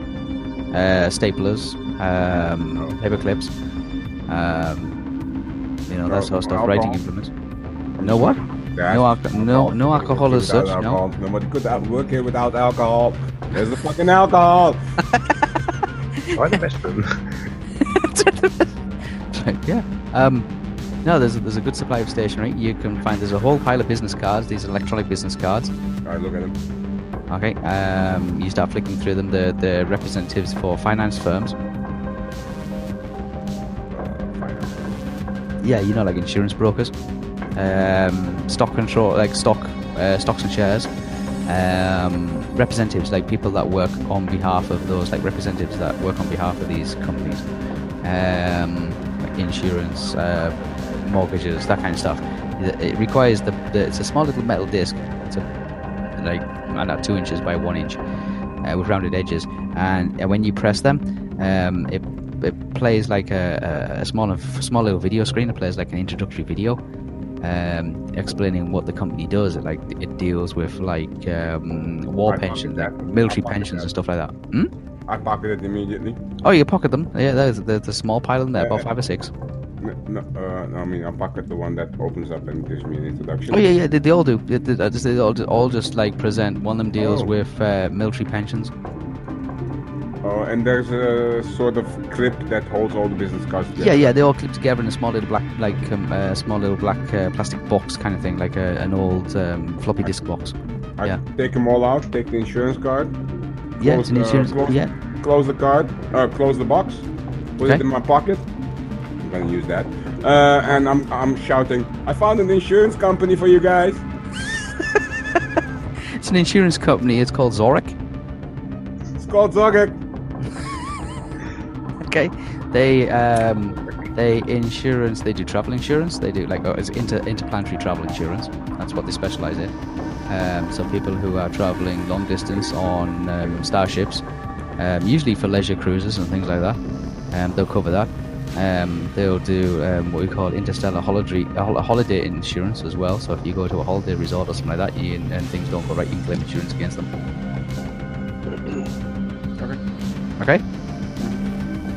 B: Uh, staplers, um, paper clips. Um, you know that sort of stuff. Writing implements. No what?
C: That-
B: No alco- no- no
C: Nobody
B: alcohol
C: could
B: as
C: without
B: such, no.
C: alcohol. Nobody could out- work here without alcohol. There's the fucking alcohol.
E: Try the restroom.
B: Right, yeah. Um, no, there's a, there's a good supply of stationery. You can find there's a whole pile of business cards. These are electronic business cards.
C: I look at him.
B: Okay. Um, you start flicking through them. The the representatives for finance firms.
C: Uh, finance.
B: Yeah, you know, like insurance brokers, um, stock control, like stock uh, stocks and shares. Um, representatives, like people that work on behalf of those, like representatives that work on behalf of these companies, um, like insurance, uh, mortgages, that kind of stuff. It it requires the, the it's a small little metal disc. It's a uh, not two inches by one inch, uh, with rounded edges. And uh, when you press them, um, it it plays like a, a, a small small little video screen. It plays like an introductory video, um, explaining what the company does. It like it deals with like um, war
C: I'd market
B: pensions,
C: that.
B: like military
C: I'd market
B: pensions
C: that.
B: and stuff like that. Hmm?
C: I pocketed it immediately.
B: Oh, you pocket them. Yeah, there's, there's a small pile in there, about
C: Yeah.
B: five or six.
C: No, no, uh, no, I mean, I pocket the one that opens up and gives me an introduction.
B: Oh yeah, yeah, they, they all do. They, they, uh, just- they all, ju- all just like present. One of them deals
C: Oh.
B: with uh, military pensions.
C: Oh, and there's a sort of clip that holds all the business cards
B: Yeah, yeah,
C: together.
B: they all clip together in a small little black, like um, uh, small little black uh, plastic box kind of thing, like a, an old um, floppy disk box.
C: I
B: yeah.
C: take them all out, take the insurance card,
B: yeah, it's an
C: uh,
B: insurance.
C: close,
B: yeah,
C: close the card, uh, close the box, put
B: Okay.
C: it in my pocket. I'm gonna use that. Uh, and I'm, I'm shouting, I found an insurance company for you guys.
B: it's an insurance company. It's called Zoric.
C: It's called Zogek.
B: Okay, they um, they insurance. They do travel insurance. They do like oh, it's inter interplanetary travel insurance. That's what they specialize in. Um, so people who are traveling long distance on um, starships, um, usually for leisure cruises and things like that, um, they'll cover that. Um, they'll do um, what we call interstellar holiday uh, hol- holiday insurance as well. So if you go to a holiday resort or something like that, you, and, and things don't go right, you can claim insurance against them. Okay.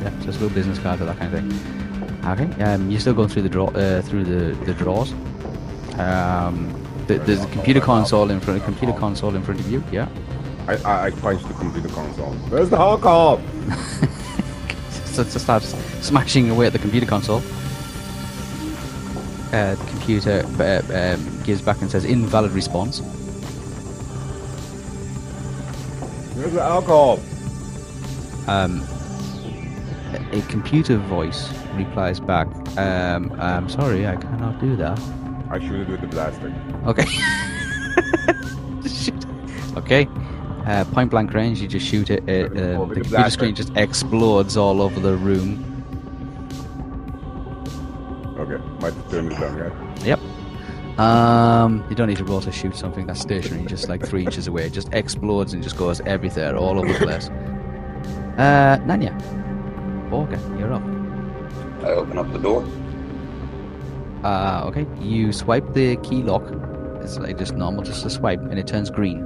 B: Yeah, so it's a little business card or that kind of thing. Okay. Um, you're still going through the draw uh, through the the drawers. Um, th- there's a computer console in front. A computer console in front of you. Yeah.
C: I, I, I punched the computer console. Where's the alcohol?
B: So to start smashing away at the computer console. Uh, the computer uh, um, gives back and says invalid response.
C: Where's the alcohol?
B: Um, a a computer voice replies back, um, "I'm sorry, I cannot do that."
C: I shoot it with the blaster.
B: Okay. Shoot. Okay. Uh, point blank range, you just shoot it. it um,
C: Oh, with
B: the
C: the
B: computer
C: blaster.
B: screen just explodes all over the room.
C: Okay, my turn is done, right?
B: Yep. Um, you don't need to roll to shoot something that's stationary, just like three inches away. It just explodes and just goes everywhere, all over the place. Uh, Nanya. Borga, you're up.
F: I open up the door.
B: Uh, okay. You swipe the key lock. It's like just normal, just a swipe, and it turns green.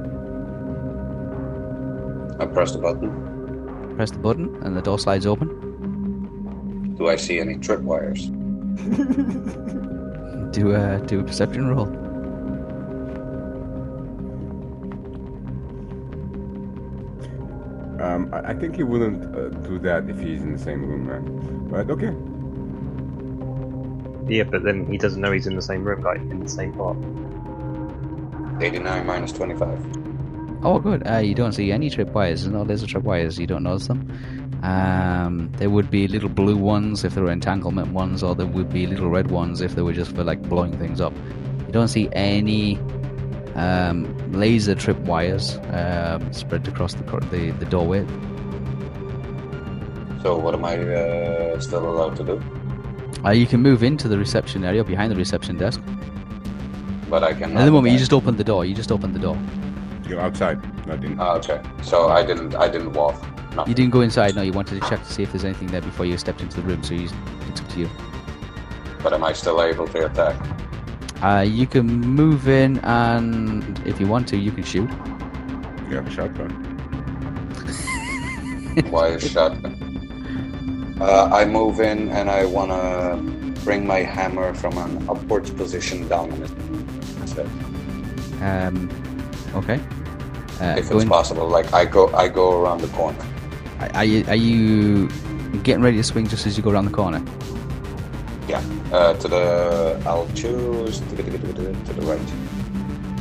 F: I press the button.
B: Press the button, and the door slides open.
F: Do I see any tripwires?
B: Do a do a perception roll.
C: Um, I, I think he wouldn't uh, do that if he's in the same room, man. But okay.
E: Yeah, but then he doesn't know he's in the same room, like in the same part.
F: 89 minus 25.
B: Oh, good. Uh, you don't see any tripwires. There's no laser tripwires. You don't notice them. Um, there would be little blue ones if there were entanglement ones, or there would be little red ones if they were just for like blowing things up. You don't see any um, laser tripwires um, spread across the, cor- the the doorway.
F: So what am I uh, still allowed to do?
B: Uh, you can move into the reception area behind the reception desk.
F: But I can.
B: At the moment, you just opened the door. You just opened the door.
C: You're outside. Nothing.
B: Uh,
F: Oh, okay. So I didn't. I didn't walk. Nothing.
B: You didn't go inside. No, you wanted to check to see if there's anything there before you stepped into the room. So you, it's up to you.
F: But am I still able to attack?
B: Uh, you can move in, and if you want to, you can shoot.
C: You have a shotgun.
F: Why a shotgun? Uh, I move in and I wanna bring my hammer from an upwards position downwards. So
B: Uh, Um, okay. Uh,
F: if
B: go
F: it's
B: in-
F: possible, like I go, I go around the corner.
B: are, are you, are you getting ready to swing just as you go around the corner?
F: Yeah, uh, to the. I'll choose to the, to the- to the right.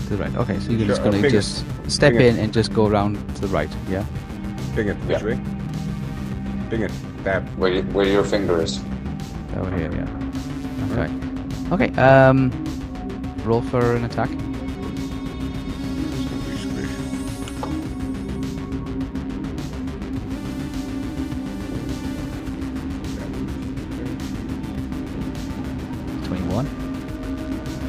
B: To the right. Okay, so you're
C: Sure,
B: just
C: uh,
B: going to
C: fingers.
B: just step
C: Fingers.
B: in and just go around to the right. Yeah.
C: Ping it. Which
F: Yeah.
C: way? Ping it. Tap.
F: Where, you, where your finger is.
B: Over here. Yeah. Okay. Okay. Um, roll for an attack. Twenty-one.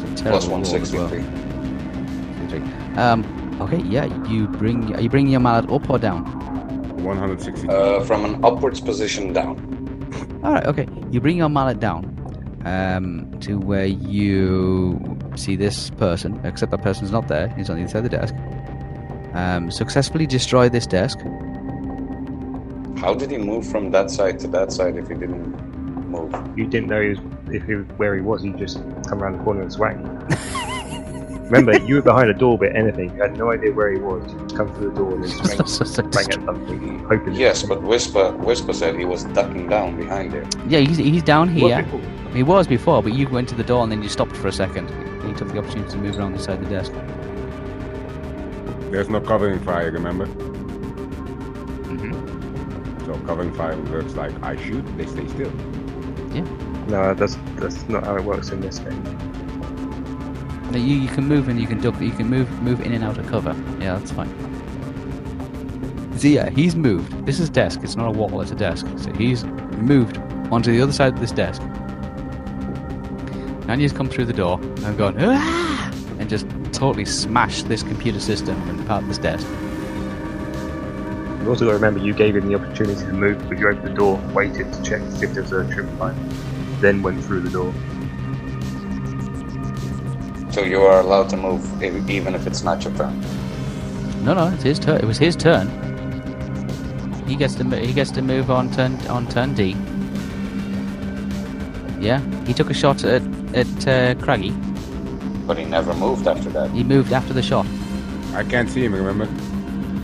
B: It's a terrible
F: Plus
B: roll as well.
F: 163.
B: Um, Okay, yeah, you bring. Are you bringing your mallet up or down?
C: 160.
F: Uh, from an upwards position down.
B: All right, okay. You bring your mallet down um, to where you see this person, except that person's not there. He's on the other side of the desk. Um, successfully destroy this desk.
F: How did he move from that side to that side if he didn't move?
E: You didn't know he was, if he, where he was. You just come around the corner and swag. Remember, you were behind a door, but anything. You had no idea where he was. You just come through the door and then swing, bang at something, hoping.
F: Yes, but Whisper Whisper said he was ducking down behind there.
B: yeah, he's, he's down
E: Well,
B: here.
E: people-
B: He was before, but you went to the door and then you stopped for a second. You took the opportunity to move around the side of the desk.
C: There's no covering fire, remember?
B: Mm-hmm.
C: So covering fire works like I shoot, they stay still.
E: No, that's that's not how it works in this game.
B: You, you can move and you can duck. You can move move in and out of cover. Yeah, that's fine. So yeah, he's moved. This is desk. It's not a wall. It's a desk. So he's moved onto the other side of this desk. Nanya's come through the door and gone "Ah!" and just totally smashed this computer system and part of this desk.
E: You also got to remember you gave him the opportunity to move, but you opened the door, waited to check to see if there was a trip line, then went through the door.
F: So you are allowed to move e- even if it's not your turn.
B: No, no, it's his turn. It was his turn. He gets to mo- he gets to move on turn on turn D. Yeah, he took a shot at at uh, Craggy.
F: But he never moved after that.
B: He moved after the shot.
C: I can't see him, remember?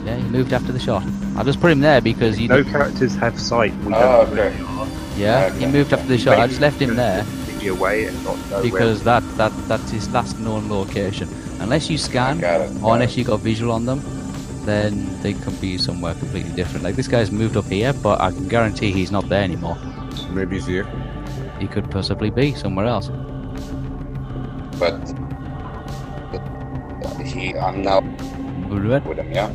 B: Yeah, he moved after the shot. I just put him there because you.
E: No
B: did-
E: characters have sight. We
F: Oh,
E: don't know where
F: okay.
E: they are.
B: yeah, he
F: okay.
B: moved after the shot. I just left him there
E: Completely away and not know
B: because that that that's his last known location. Unless you scan,
F: Got it.
B: or unless you got visual on them, then they could be somewhere completely different. Like this guy's moved up here, but I can guarantee he's not there anymore.
C: Maybe he's here.
B: He could possibly be somewhere else.
F: But he, I'm now
B: Ruin.
F: with him. Yeah,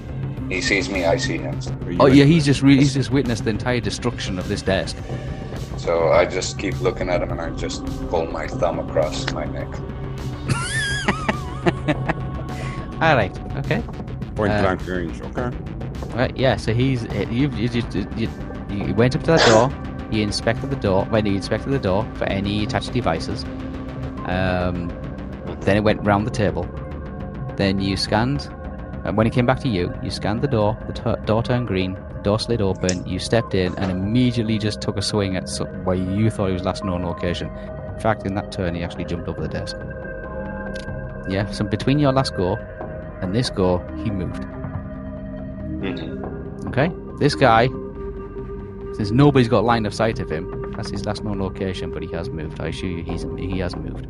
F: he sees me. I see him.
B: Oh yeah, he's just re- he's just witnessed the entire destruction of this desk.
F: So I just keep looking at him and I just pull my thumb across my neck.
B: All right. Okay.
C: Point
B: uh,
C: blank range. Okay.
B: Right, yeah, so he's uh, you you, you, you you went up to that door, you inspected the door. When you inspected the door for any attached devices, um, then it went round the table. Then you scanned, and when it came back to you, you scanned the door. The t- door turned green. The door slid open. You stepped in and immediately just took a swing at so- where you thought it was last known location. In fact, in that turn, he actually jumped over the desk. Yeah, so between your last go and this go, he moved. Mm-hmm. Okay, this guy, since nobody's got line of sight of him, that's his last known location, but he has moved. I assure you, he's he has moved.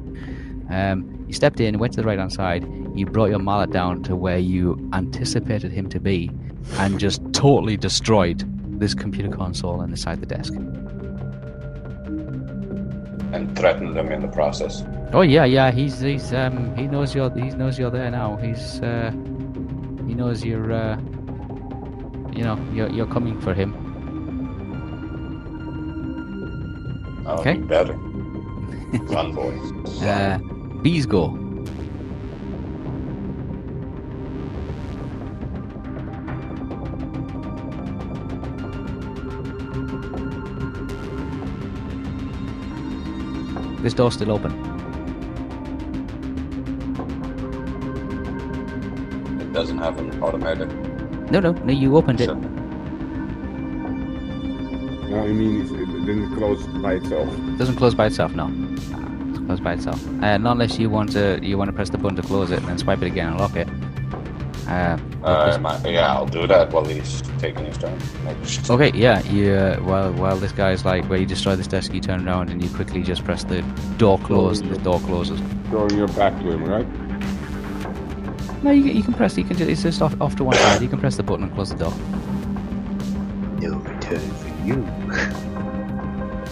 B: Um, you stepped in, went to the right hand side. You brought your mallet down to where you anticipated him to be, and just totally destroyed this computer console and inside the desk.
F: and threatened him in the process.
B: Oh yeah, yeah, he's he's um he knows you're he knows you're there now. He's uh he knows you're uh you know you're you're coming for him.
F: I'll
B: Okay.
F: be better. Run, boy.
B: Uh, bees go. This door's still open.
F: It doesn't have an automatic.
B: No, no, no. You opened it.
F: shut-
C: No, I mean, it's, it didn't close by itself.
B: Doesn't close by itself. No, it's closed by itself. Uh, not unless you want to. You want to press the button to close it and then swipe it again and lock it. Uh,
F: Uh, am I- yeah, I'll do that while he's taking his turn. I'll just-
B: Okay, yeah, you, uh, while, while this guy's like, where you destroy this desk, you turn around and you quickly just press the door close and the door closes.
C: Throwing your back to him, right?
B: No, you, you can press, you can just, it's just off, off to one side, you can press the button and close the door.
E: No return for you.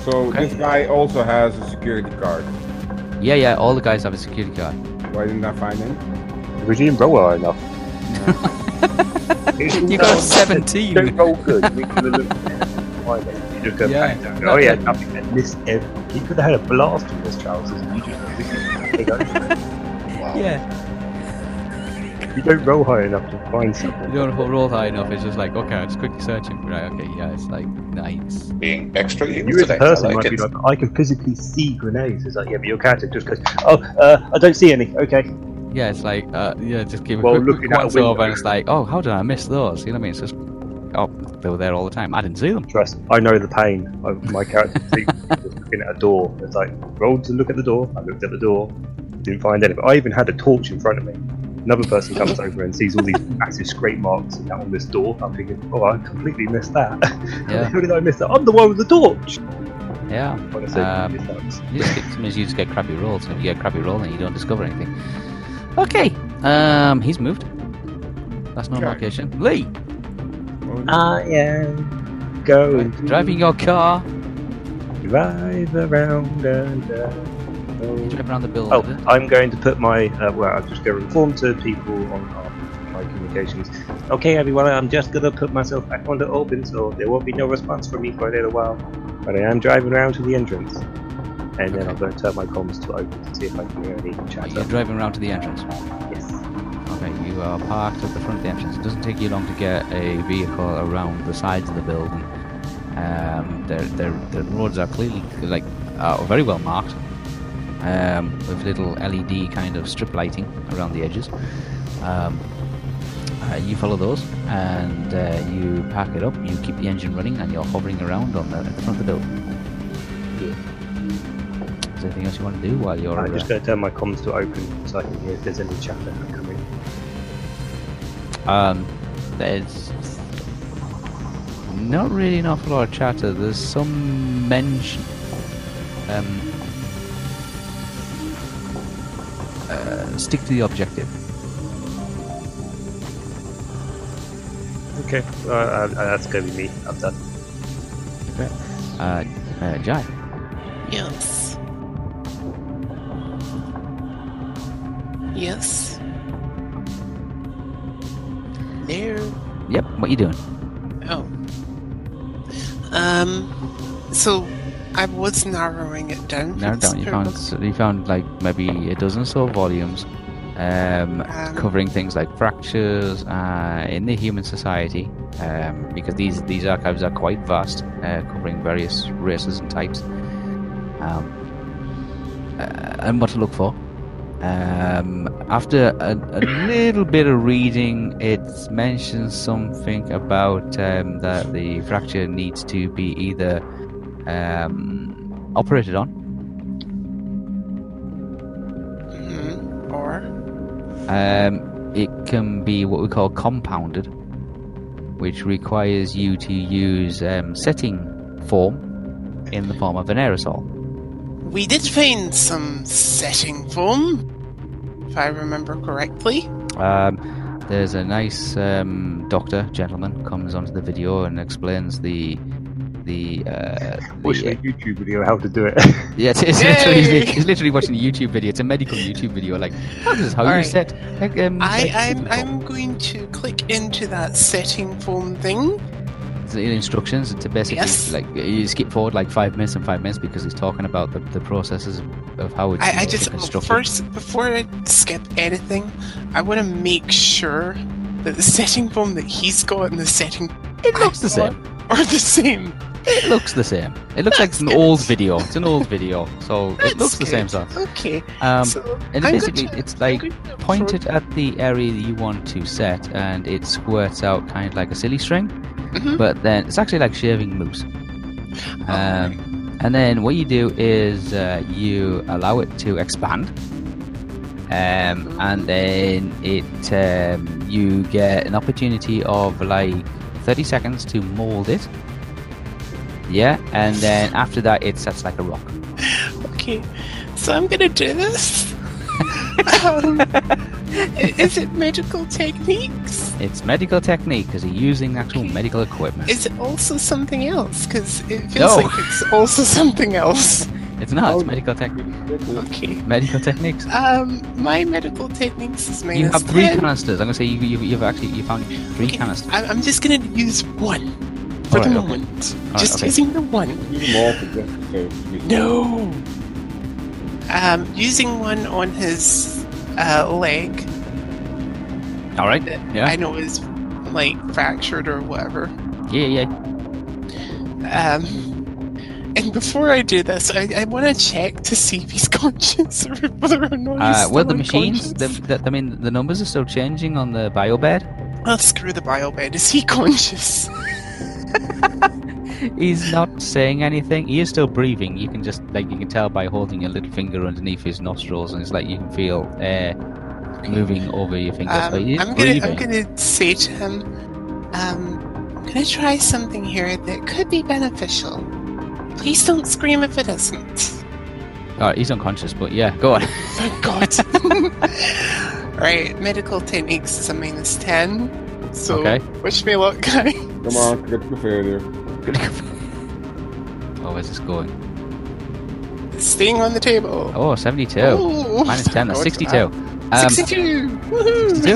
C: So
B: Okay.
C: this guy also has a security card.
B: Yeah, yeah, all the guys have a security card.
C: Why didn't I find him?
E: Because you didn't roll well enough.
B: You got a 17!
E: Don't roll good. We could have looked at it. You just go
B: Yeah.
E: back down. Oh yeah, nothing. And missed everything. He could have had a blast with his trousers. And you just.
B: yeah.
E: You don't roll high enough to find
B: You
E: something.
B: don't roll high enough. It's just like, okay, I'll just quickly search him. Right, okay, yeah, it's like nights.
F: Being extra evil
E: You as
F: today.
E: a
F: I
E: person
F: like
E: might
F: it.
E: be like, I can physically see grenades. It's like, yeah, but your character just goes, oh, uh, I don't see any. Okay.
B: Yeah, it's like, uh, yeah, just give a
E: Well,
B: quick,
E: looking
B: quick
E: out
B: once
E: the
B: over, and
E: window.
B: it's like, oh, how did I miss those? You know what I mean? It's just, oh, they were there all the time. I didn't see them.
E: Trust. I know the pain. I, my character see- was looking at a door. It's like rolled to look at the door. I looked at the door, didn't find anything. I even had a torch in front of me. Another person comes over and sees all these massive scrape marks and that on this door. I'm thinking, oh, I completely missed that.
B: Yeah.
E: How did I miss that? I'm the one with the torch.
B: Yeah,
E: Honestly,
B: Um,
E: it sucks.
B: you just get, sometimes you just get crappy rolls, and if you get crappy roll, then you don't discover anything. Okay, um, he's moved. That's no
C: Okay.
B: location. Lee,
E: I am going to
B: driving your car,
E: drive around and
B: you
E: around.
B: drive around the building.
E: Oh, I'm going to put my. Uh, well, I'm just going to inform to people on our, my communications. Okay, everyone, I'm just going to put myself back on the open, so there won't be no response from me for a little while. But I am driving around to the entrance, and then I'm going to turn my comms to open to see if I can hear any
B: Are
E: chatter.
B: you driving around to the entrance?
E: Yes.
B: Okay, you are parked at the front of the entrance. It doesn't take you long to get a vehicle around the sides of the building. Um, the, the, the roads are clearly like are very well marked, um, with little LED kind of strip lighting around the edges. Um, uh, you follow those, and uh, you pack it up. You keep the engine running, and you're hovering around on the, at the front of the building. Is there anything else you want to do while you're?
E: I'm just
B: uh,
E: going to turn my comms to open so I can hear if there's any chatter coming.
B: Um, there's not really an awful lot of chatter. There's some mention. Um, uh, stick to the objective.
E: Okay, uh, uh, that's going to be me. I'm done.
B: Okay. Uh, uh, Jai.
D: Yes. Yes. There.
B: Yep. What you doing?
D: Oh. Um. So, I was narrowing it down. for
B: Narrow
D: this
B: down. You found
D: purpose.
B: s- you found like maybe a dozen or so volumes, um,
D: Um,
B: covering things like fractures uh, in the human society, um, because these these archives are quite vast, uh, covering various races and types, um, uh, and what to look for. Um, after a, a little bit of reading, it mentions something about um, that the fracture needs to be either um, operated on
D: mhm, Or.
B: Um, it can be what we call compounded, which requires you to use um, setting form in the form of an aerosol.
D: We did find some setting foam, if I remember correctly.
B: Um, there's a nice um, doctor gentleman comes onto the video and explains the the. Uh,
E: Watch
B: the
E: the YouTube video how to do it.
B: yeah, it's, it's literally,
D: Yay!
B: he's literally watching a YouTube video. It's a medical YouTube video. Like, how this is how you
D: Alright.
B: set. like, um,
D: I,
B: like,
D: I'm,
B: setting
D: I'm going to click into that setting foam thing.
B: the instructions to basically
D: Yes.
B: like you skip forward like five minutes and five minutes because he's talking about the, the processes of how it's
D: I, I
B: been
D: just well,
B: constructed.
D: first before I skip anything, I want to make sure that the setting foam that he's got and the setting
B: it looks the
D: I've got
B: same.
D: are the same.
B: It looks the same. It looks like
D: That's
B: an
D: good.
B: old video. It's an old video, so it
D: That's
B: looks the same
D: good.
B: size.
D: Okay,
B: Um,
D: so
B: and
D: I'm
B: basically,
D: going to-
B: it's
D: I'm
B: like
D: going to
B: pointed at the area that you want to set, and it squirts out kind of like a silly string.
D: Mhm.
B: But then it's actually like shaving mousse. Um, and then what you do is uh, you allow it to expand, um, and then it um, you get an opportunity of like 30 seconds to mold it. Yeah, and then after that, it sets like a rock.
D: Okay, so I'm gonna do this. um, i- is it medical techniques?
B: It's medical technique because you're using actual medical equipment.
D: Is it also something else? Because it
B: No.
D: feels like it's also something else.
B: It's not. It's medical tech.
D: Okay.
B: Medical techniques.
D: Um, my medical techniques is minus
B: You have three
D: 10.
B: canisters. I'm gonna say you, you, you've actually you found three
D: Okay,
B: canisters.
D: I- I'm just gonna use one for
B: Alright,
D: the
B: okay.
D: moment. just
B: okay.
D: using the one.
C: Use more for just to save.
D: No. Um, using one on his uh, leg,
B: All right.
D: that
B: Yeah.
D: I know is like fractured or whatever.
B: Yeah, yeah.
D: Um, and before I do this, I, I want to check to see if he's conscious or whether or not he's
B: Uh,
D: still
B: well, the machines. The,
D: unconscious.
B: the, I mean, the numbers are still changing on the bio bed.
D: Oh, screw the bio bed. Is he conscious?
B: He's not saying anything. He is still breathing. You can just like you can tell by holding your little finger underneath his nostrils, and it's like you can feel air moving over your fingers.
D: Um,
B: but he is
D: I'm gonna,
B: breathing.
D: I'm gonna say to him, um, I'm gonna try something here that could be beneficial. Please don't scream if it isn't.
B: Alright, he's unconscious, but yeah, go on.
D: Thank God. right, medical techniques is a minus ten. So
B: Okay.
D: wish me luck, guy.
C: Come on, get to failure.
B: oh, where's this going?
D: Staying on the table.
B: Oh, 72.
D: Oh,
B: Minus
D: thank
B: 10,
D: God
B: that's
D: for
B: 62.
D: that.
B: Um,
D: 62. Woohoo!
B: 62.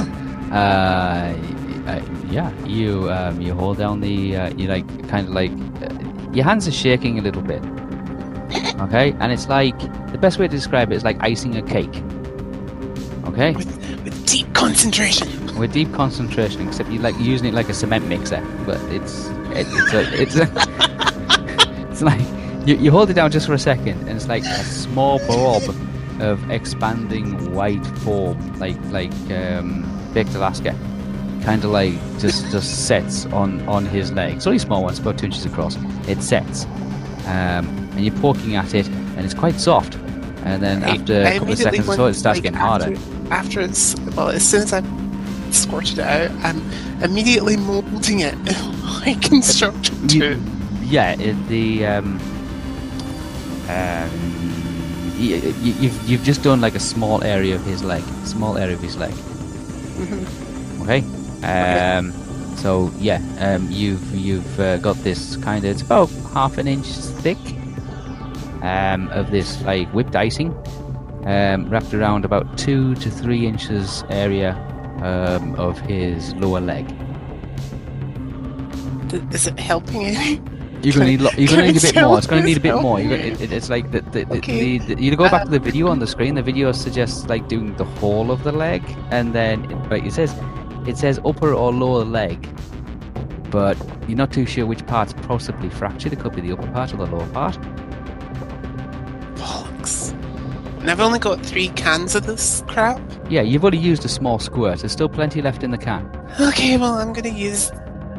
B: Uh, uh, yeah, you um, you hold down the uh, you like kind of like uh, your hands are shaking a little bit. Okay, and it's like the best way to describe it is like icing a cake. Okay,
D: With, with deep concentration.
B: with deep concentration, except you're like using it like a cement mixer, but it's it, it's a, it's a, it's like you, you hold it down just for a second, and it's like a small blob of expanding white form, like like um, Baked Alaska, kind of like just just sets on on his leg. It's only a small one, it's about two inches across. It sets, um, and you're poking at it, and it's quite soft. And then after
D: I
B: a couple of
D: immediately
B: seconds or so,
D: went,
B: it starts
D: like,
B: getting harder.
D: After, after it's well, as soon as I squirted it out, I'm immediately molding it like instruction
B: You-
D: to it.
B: yeah, it, the um, um, y- y- you've you've just done like a small area of his leg, small area of his leg. Okay. Um, So yeah, um, you've you've uh, got this kind of it's about half an inch thick um, of this like whipped icing um, wrapped around about two to three inches area um, of his lower leg.
D: Th- Is it helping any?
B: You're gonna
D: Can-
B: need lo- you're
D: can
B: gonna
D: I
B: need a bit
D: tell
B: more. It's gonna need a bit
D: myself?
B: more. You're gonna, it, it- it's like the, the, the,
D: Okay. Uh,
B: the, the- you go back to the video on the screen. The video suggests like doing the whole of the leg, and then it, like it says, it says upper or lower leg, but you're not too sure which part's possibly fractured. It could be the upper part or the lower part.
D: Bollocks. And I've only got three cans of this crap.
B: Yeah, you've only used a small squirt. There's still plenty left in the can.
D: Okay, well, I'm gonna use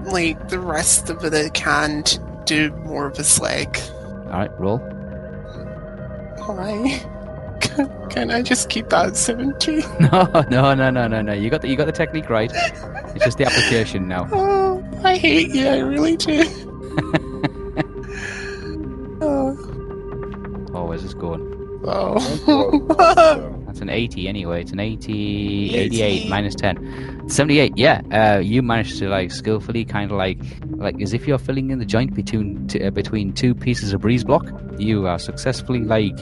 D: like the rest of the can to do more of his leg.
B: All right, roll.
D: Why? Can, can I just keep that 70?
B: No, no, no, no, no, no. You got the, you got the technique right. It's just the application now.
D: Oh, I hate you, I really do. oh,
B: Oh, where's this going?
D: oh.
B: That's an 80 anyway. It's an 80, 88
D: 88.
B: minus 10. 78, yeah. Uh, you managed to like skillfully kind of like like as if you're filling in the joint between t- uh, between two pieces of breeze block. You are successfully like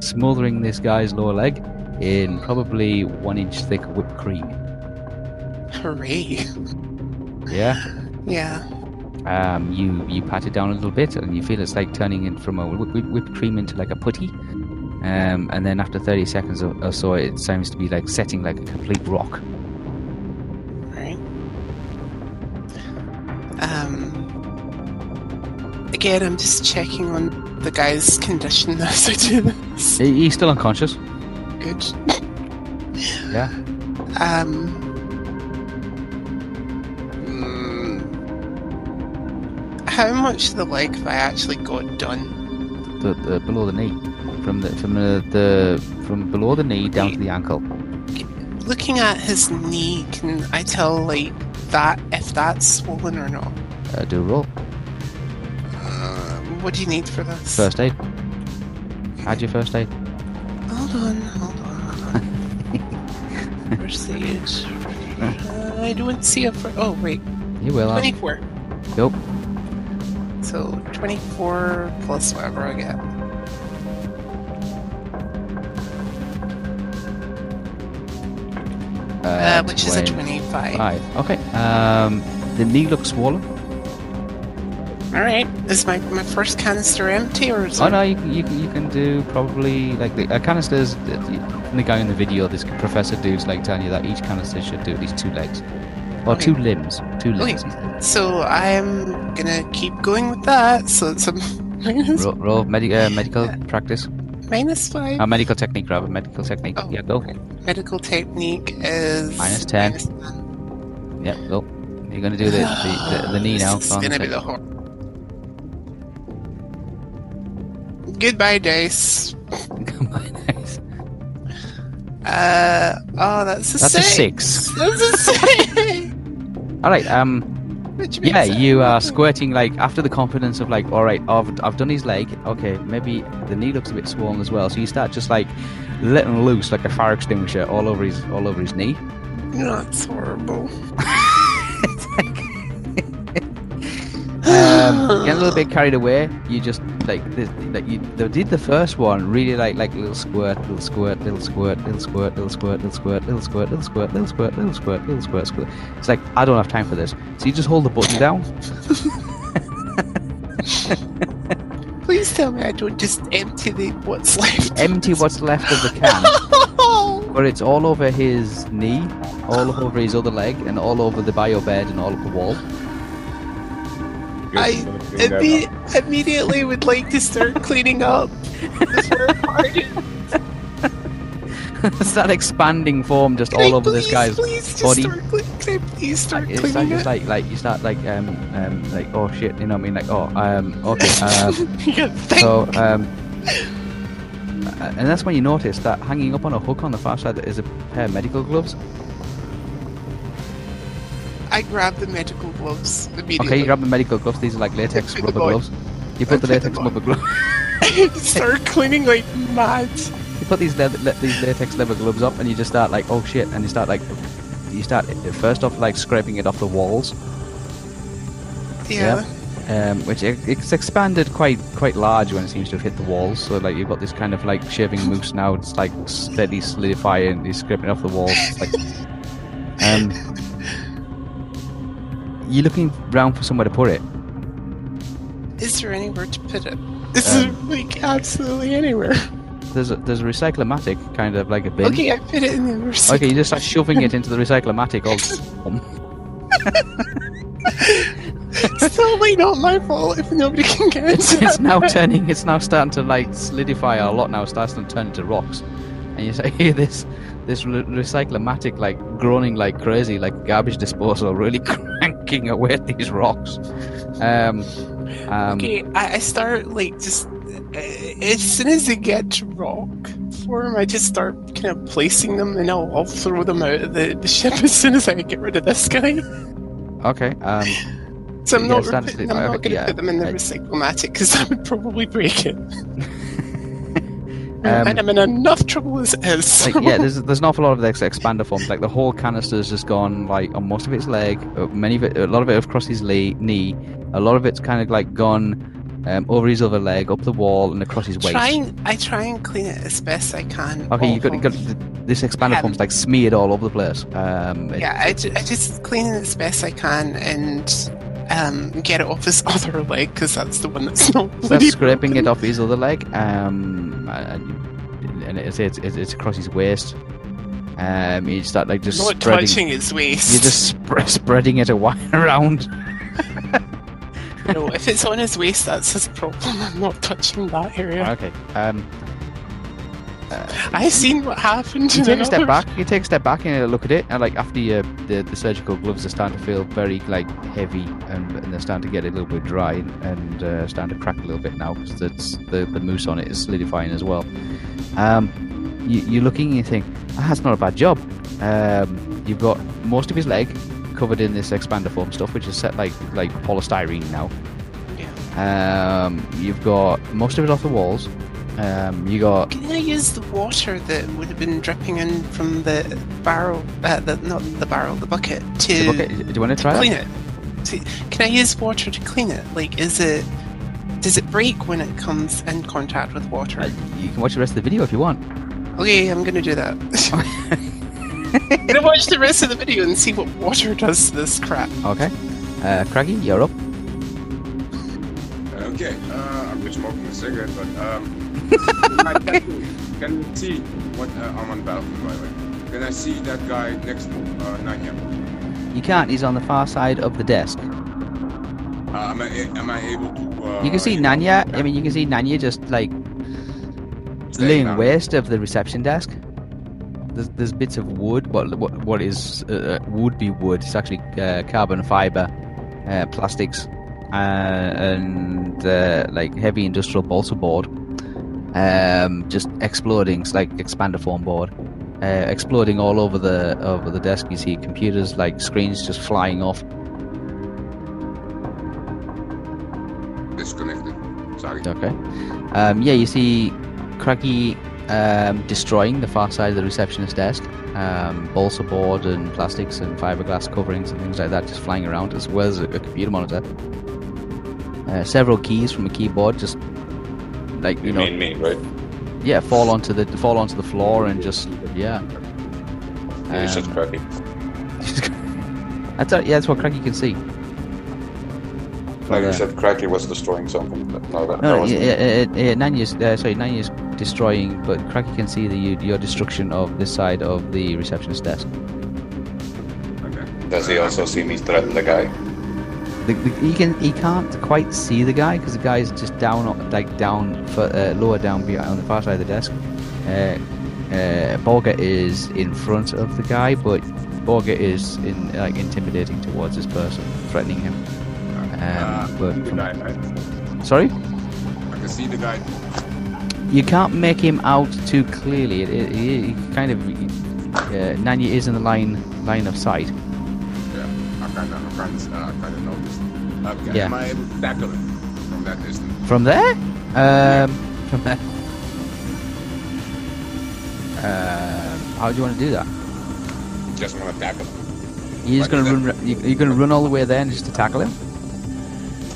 B: smothering this guy's lower leg in probably one inch thick whipped cream.
D: Hooray.
B: Yeah.
D: Yeah.
B: Um, you you pat it down a little bit and you feel it's like turning in from a whip, whip, whipped cream into like a putty. Um, and then after 30 seconds or, or so, it seems to be like setting like a complete rock.
D: Right. Um. Again, I'm just checking on the guy's condition as I do this.
B: He- He's still unconscious.
D: Good.
B: Yeah.
D: Um. mm, How much of the leg have I actually got done?
B: the, the below the knee, from the from the, the from below the knee down to the ankle.
D: Looking at his knee, can I tell like that if that's swollen or not?
B: Uh, do a roll.
D: Um, what do you need for this?
B: Uh, First aid. Add your first aid.
D: Hold on, hold on. Where's the age? I don't see a. Fr- oh wait,
B: You will. Alan.
D: twenty-four.
B: Nope.
D: So twenty-four plus whatever I get.
B: Uh,
D: Uh, which is a
B: 25.
D: twenty-five.
B: Okay. Um, the knee looks swollen.
D: All right. Is my, my first canister empty or is
B: Oh
D: it-
B: no, you can, you can, you can do probably like the uh, canisters. The, the- the guy in the video, this professor dude's like telling you that each canister should do at least two legs, or
D: Okay.
B: two limbs, two
D: Okay.
B: limbs.
D: So I'm gonna keep going with that. So it's a minus,
B: Roll, roll medi- uh, medical practice,
D: minus five.
B: uh, medical technique rather, medical technique.
D: Oh.
B: Yeah, go.
D: Medical technique is
B: Minus 10.
D: minus 10.
B: Yeah, go. You're gonna do the the, the, the knee
D: This
B: now.
D: is
B: Go on,
D: gonna be
B: take-
D: the hor- Goodbye, dice.
B: Come on, nice.
D: Uh, oh, that's a
B: That's a six.
D: That's a six.
B: All right. Um.
D: Which means
B: Yeah, you uh, are
D: nothing.
B: squirting like after the confidence of like, all right, I've, I've done his leg. Okay, maybe the knee looks a bit swollen as well. So you start just like letting loose like a fire extinguisher all over his all over his knee.
D: No, it's horrible.
B: Um, getting a little bit carried away. You just like this, like you they did the first one really like like little squirt, little squirt, little squirt, little squirt, little squirt, little squirt, little squirt, little squirt, little squirt, little squirt, little squirt, squirt. It's like I don't have time for this. So you just hold the button down.
D: Please tell me I don't just empty the what's left. Oh.
B: empty what's left of the can. But it's all over his knee, all over his other leg, and all over the bio bed and all over the wall.
D: I- Imme- immediately would like to start cleaning up. this whole party.
B: it's that expanding form just
D: Can
B: all
D: I
B: over this
D: please,
B: guy's
D: please just
B: body.
D: Start cle- can I please start
B: It's like,
D: cleaning
B: just
D: up?
B: like like you start like um um like oh shit you know what I mean like oh um okay um
D: Yeah, thank-
B: so um uh, and that's when you notice that hanging up on a hook on the far side is a pair of medical gloves.
D: I grabbed the medical gloves immediately.
B: Okay, you grab the medical gloves. These are like latex
D: Put the
B: rubber
D: boy-
B: gloves. You put the
D: put the
B: latex
D: boy-
B: rubber gloves.
D: start cleaning like mad.
B: you put these leather, le- these latex leather gloves up and you just start like oh shit and you start like you start first off like scraping it off the walls
D: Yeah.
B: um, which it, it's expanded quite quite large when it seems to have hit the walls so like you've got this kind of like shaving moose now it's like steady solidifying you're scraping it off the walls it's like um, you're looking round for somewhere to put it
D: Is there anywhere to put it? This
B: Uh,
D: is like absolutely anywhere.
B: there's a, there's a recyclomatic kind of like a bin
D: Okay, I put it in the recycle.
B: Okay, you just start shoving it into the recyclomatic all
D: it's totally not my fault if nobody can get
B: it's,
D: it.
B: it's now turning. It's now starting to like solidify a lot. Now It starts to turn into rocks, and you say, "Hear this, this re- recyclomatic like groaning like crazy, like garbage disposal, really cranking away at these rocks." Um, um,
D: okay, I, I start like just uh, as soon as they get to rock form, I just start kind of placing them, and I'll, I'll throw them out of the, the ship as soon as I get rid of this guy.
B: okay. Um,
D: So I'm
B: Yeah,
D: not,
B: it's done,
D: repu-
B: it's-
D: I'm
B: okay,
D: not going to
B: yeah,
D: put them in the
B: I-
D: recyclomatic because I would probably break it.
B: Um,
D: and I'm in enough trouble as it is.
B: like, yeah, there's there's an awful lot of this expander forms. Like the whole canister's just gone like on most of its leg, uh, many of it, a lot of it across his le- knee, a lot of it's kind of like gone um, over his other leg, up the wall, and across his waist.
D: Trying, I try and clean it as best I can.
B: Okay, you
D: off
B: got, you
D: of-
B: got th- this expander
D: Um,
B: form's like smeared all over the place. Um, it-
D: Yeah, I, ju- I just clean it as best I can and um, get it off his other leg because that's the one that's not
B: that's
D: bloody
B: scraping
D: broken.
B: it off his other leg. Um, and, and it's, it's it's it's across his waist. Um, you start like just
D: Not
B: spreading.
D: touching his waist.
B: You're just sp- spreading it a wi- around.
D: You know, if it's on his waist, that's his problem. I'm not touching that area.
B: Okay. Um,
D: I've seen what happened.
B: you
D: in
B: take a step
D: another-
B: back. You take a step back and look at it, and like after you, the the surgical gloves are starting to feel very like heavy, and, and they're starting to get a little bit dry and uh, starting to crack a little bit now because the the mousse on it is solidifying as well. Um, you, you're looking and you think, ah, that's not a bad job. Um, you've got most of his leg covered in this expander form stuff, which is set like like polystyrene now. Um, you've got most of it off the walls. Um, you got
D: Can I use the water that would have been dripping in from the barrel, uh, the, not the barrel, the bucket, to
B: the bucket. Do you want to try that?
D: clean it? To, can I use water to clean it? Like, is it. Does it break when it comes in contact with water?
B: Uh, you can watch the rest of the video if you want.
D: Okay, I'm gonna do that. I'm gonna watch the rest of the video and see what water does to this crap.
B: Okay. Uh, Craggy, you're up.
G: Okay, uh, I'm just smoking a cigarette, but um, can, I, can, can we see what uh, I'm on the battlefield by the way? Can I see that guy next to me? Uh, not him.
B: You can't. He's on the far side of the desk.
G: Uh, am I am I able to? Uh,
B: You can see
G: know,
B: Nanya. I mean, you can see Nanya just like
G: stay
B: laying
G: down?
B: waste of the reception desk. There's, there's bits of wood, what what, what is uh, would be wood. It's actually uh, carbon fiber, uh, plastics, uh, and uh, like heavy industrial balsa board, um, just exploding, it's like expander form board, uh, exploding all over the over the desk. You see computers, like screens, just flying off.
G: Disconnected. Sorry.
B: Okay. Um, yeah, you see Craggy um, destroying the far side of the receptionist desk. Um, balsa board and plastics and fiberglass coverings and things like that just flying around, as well as a, a computer monitor. Uh, several keys from a keyboard just like you,
F: You
B: know,
F: mean me, right?
B: yeah, fall onto the fall onto the floor and just yeah.
F: Yeah, you said
B: Um,
F: crappy.
B: that's yeah, that's what Craggy can see.
F: No, you
B: yeah.
F: said Cracky was destroying something. but No, that, that
B: No,
F: was
B: yeah, yeah, yeah, yeah, Nanya's, uh, sorry, Nanya's destroying, but Cracky can see the, your destruction of this side of the receptionist desk.
G: Okay.
F: Does he also see me threaten the guy?
B: The, the, he can he can't quite see the guy because the guy is just down on- like down fu- uh, lower down behind on the far side of the desk. Uh, uh, Borga is in front of the guy, but Borga is in like intimidating towards this person, threatening him. Um,
G: uh,
B: but
G: the
B: from-
G: guy, right?
B: Sorry,
G: I can see the guy.
B: you can't make him out too clearly. It, it, it, it kind of uh, Nanya is in the line line of sight.
G: Yeah, I kind of, I kind of, uh, I kind of noticed. Okay.
B: Yeah.
G: Am I able to tackle him from that distance?
B: From there? Um, from there. Um, how do you want to do that?
G: Just want to tackle him.
B: You're just gonna
G: Like that.
B: run. ra- you- You're gonna run all the way there and just to tackle him.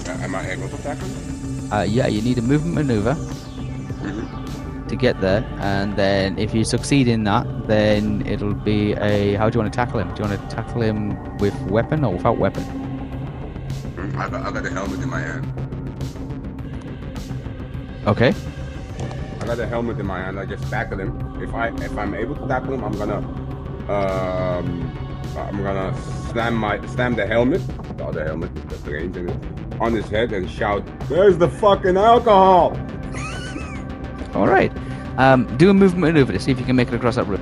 G: Uh, am I able to tackle him?
B: Uh, yeah, you need a movement maneuver
G: Mm-hmm.
B: to get there, and then if you succeed in that, then it'll be a. How do you want to tackle him? Do you want to tackle him with weapon or without weapon?
G: Mm-hmm. I got, I got a helmet in my hand.
B: Okay.
C: I got a helmet in my hand. I just tackle him. If I if I'm able to tackle him, I'm gonna um I'm gonna slam my slam the helmet, the other helmet, the strange in it, on his head and shout, "Where's the fucking alcohol?"
B: All right. Um, do a movement maneuver to see if you can make it across that room.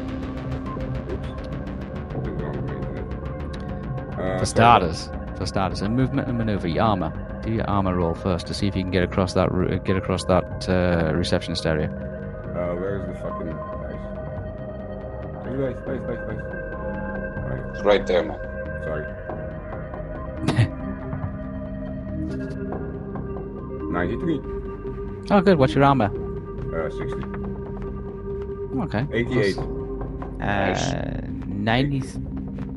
C: Something's wrong with my internet. Uh,
B: For starters, for starters, a movement and maneuver, your armor. Do your armor roll first to see if you can get across that ru- uh, get across that uh, receptionist area.
C: so, uh, where's the fucking dice? Dice, dice, dice, dice. Alright,
F: It's right there, man.
C: sorry. Ninety-three,
B: Oh, good. What's your armor?
C: uh, sixty.
B: Okay.
C: 88.
B: Uh, 90.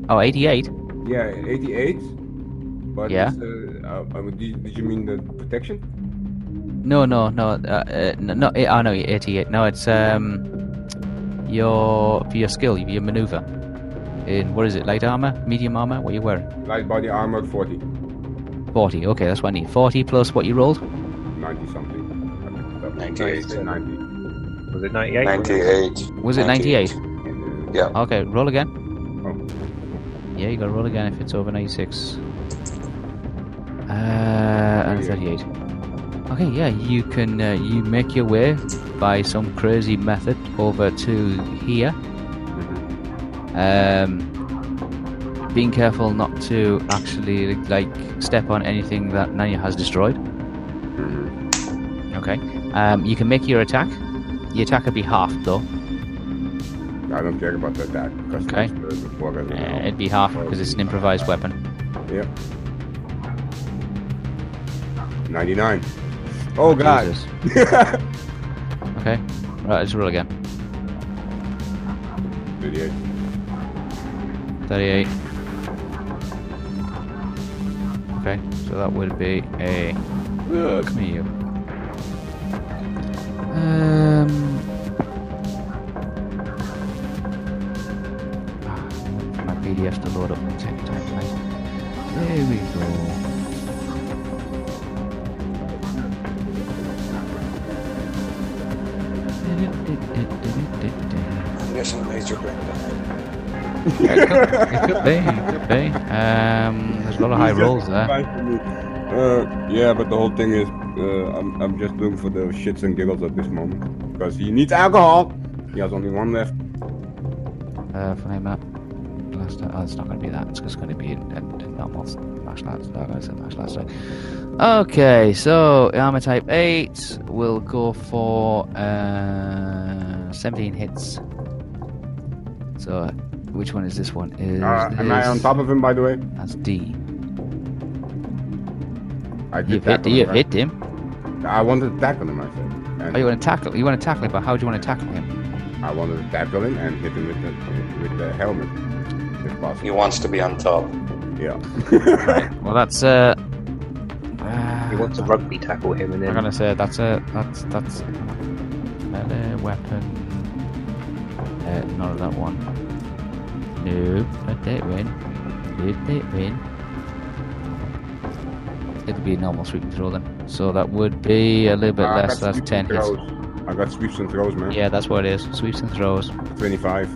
B: Oh, 88.
C: Yeah, 88. But
B: Yeah.
C: it's, uh, uh, uh, did, did you mean the protection?
B: No, no, no. Uh, uh, no, no, eh, oh, no, 88. No, it's um, your for your skill, your maneuver. In what is it? Light armor, medium armor. What are you wearing?
C: Light body armor 40,
B: 40. Okay, that's what I need. 40 plus what you rolled.
C: 90 something.
F: 98.
C: 90.
E: Was it 98?
F: 98.
B: Was it 98?
F: Yeah.
B: Okay, roll again.
C: Oh.
B: Yeah, you gotta roll again if it's over 96. Uh, and 38. Okay, yeah, you can uh, you make your way by some crazy method over to here. Um, being careful not to actually like step on anything that Nanya has destroyed. Okay. Um, you can make your attack. Your attack would be halved though.
C: I don't care about that. that because
B: Okay.
C: it's, uh, the four doesn't
B: Uh,
C: help.
B: it'd be half because it's an improvised weapon.
C: Yep. 99. Oh, God.
B: Jesus. okay. Right, let's roll again.
C: 38.
B: 38. Okay, so that would be a. Come here, you. Um. ah, My PDF's to load up in 10 times, mate. There we go.
F: I'm guessing Major Brenda.
B: It could be. It could be. Um, there's a lot of high rolls there.
C: Fine for me. Uh, yeah, but the whole thing is, uh, I'm, I'm just doing for the shits and giggles at this moment. Because he needs alcohol. He has only one left.
B: Uh, flame up. That's not, oh, it's not going to be that. It's just going to be in, in, in normal s- martial arts. No, I said martial arts. sorry. Okay, so armor type eight will go for uh, 17 hits. So, which one is this one? Is
C: Uh, am I on
B: this-
C: top of him, by the way?
B: That's D.
C: I did
B: You've hit,
C: tackle him,
B: you've
C: right?
B: hit him.
C: I wanted to tackle him, I said. And
B: Oh, you want to tackle? You want to tackle him? But how do you want to tackle him?
C: I wanted to tackle him and hit him with the, with the helmet. If
F: He
C: possible.
F: wants to be on top.
C: Yeah.
B: Well, that's uh.
E: He wants to rugby tackle him and
B: I'm
E: then
B: gonna say that's a that's that's melee weapon. Uh, none of that one. No, not that win. Did that win? It'd be a normal sweep and throw then. So that would be a little bit
C: Uh, I
B: less.
C: got
B: That's
C: sweeps
B: ten
C: and
B: hits.
C: throws. I got sweeps and throws, man.
B: Yeah, that's what it is. Sweeps and throws.
C: 25.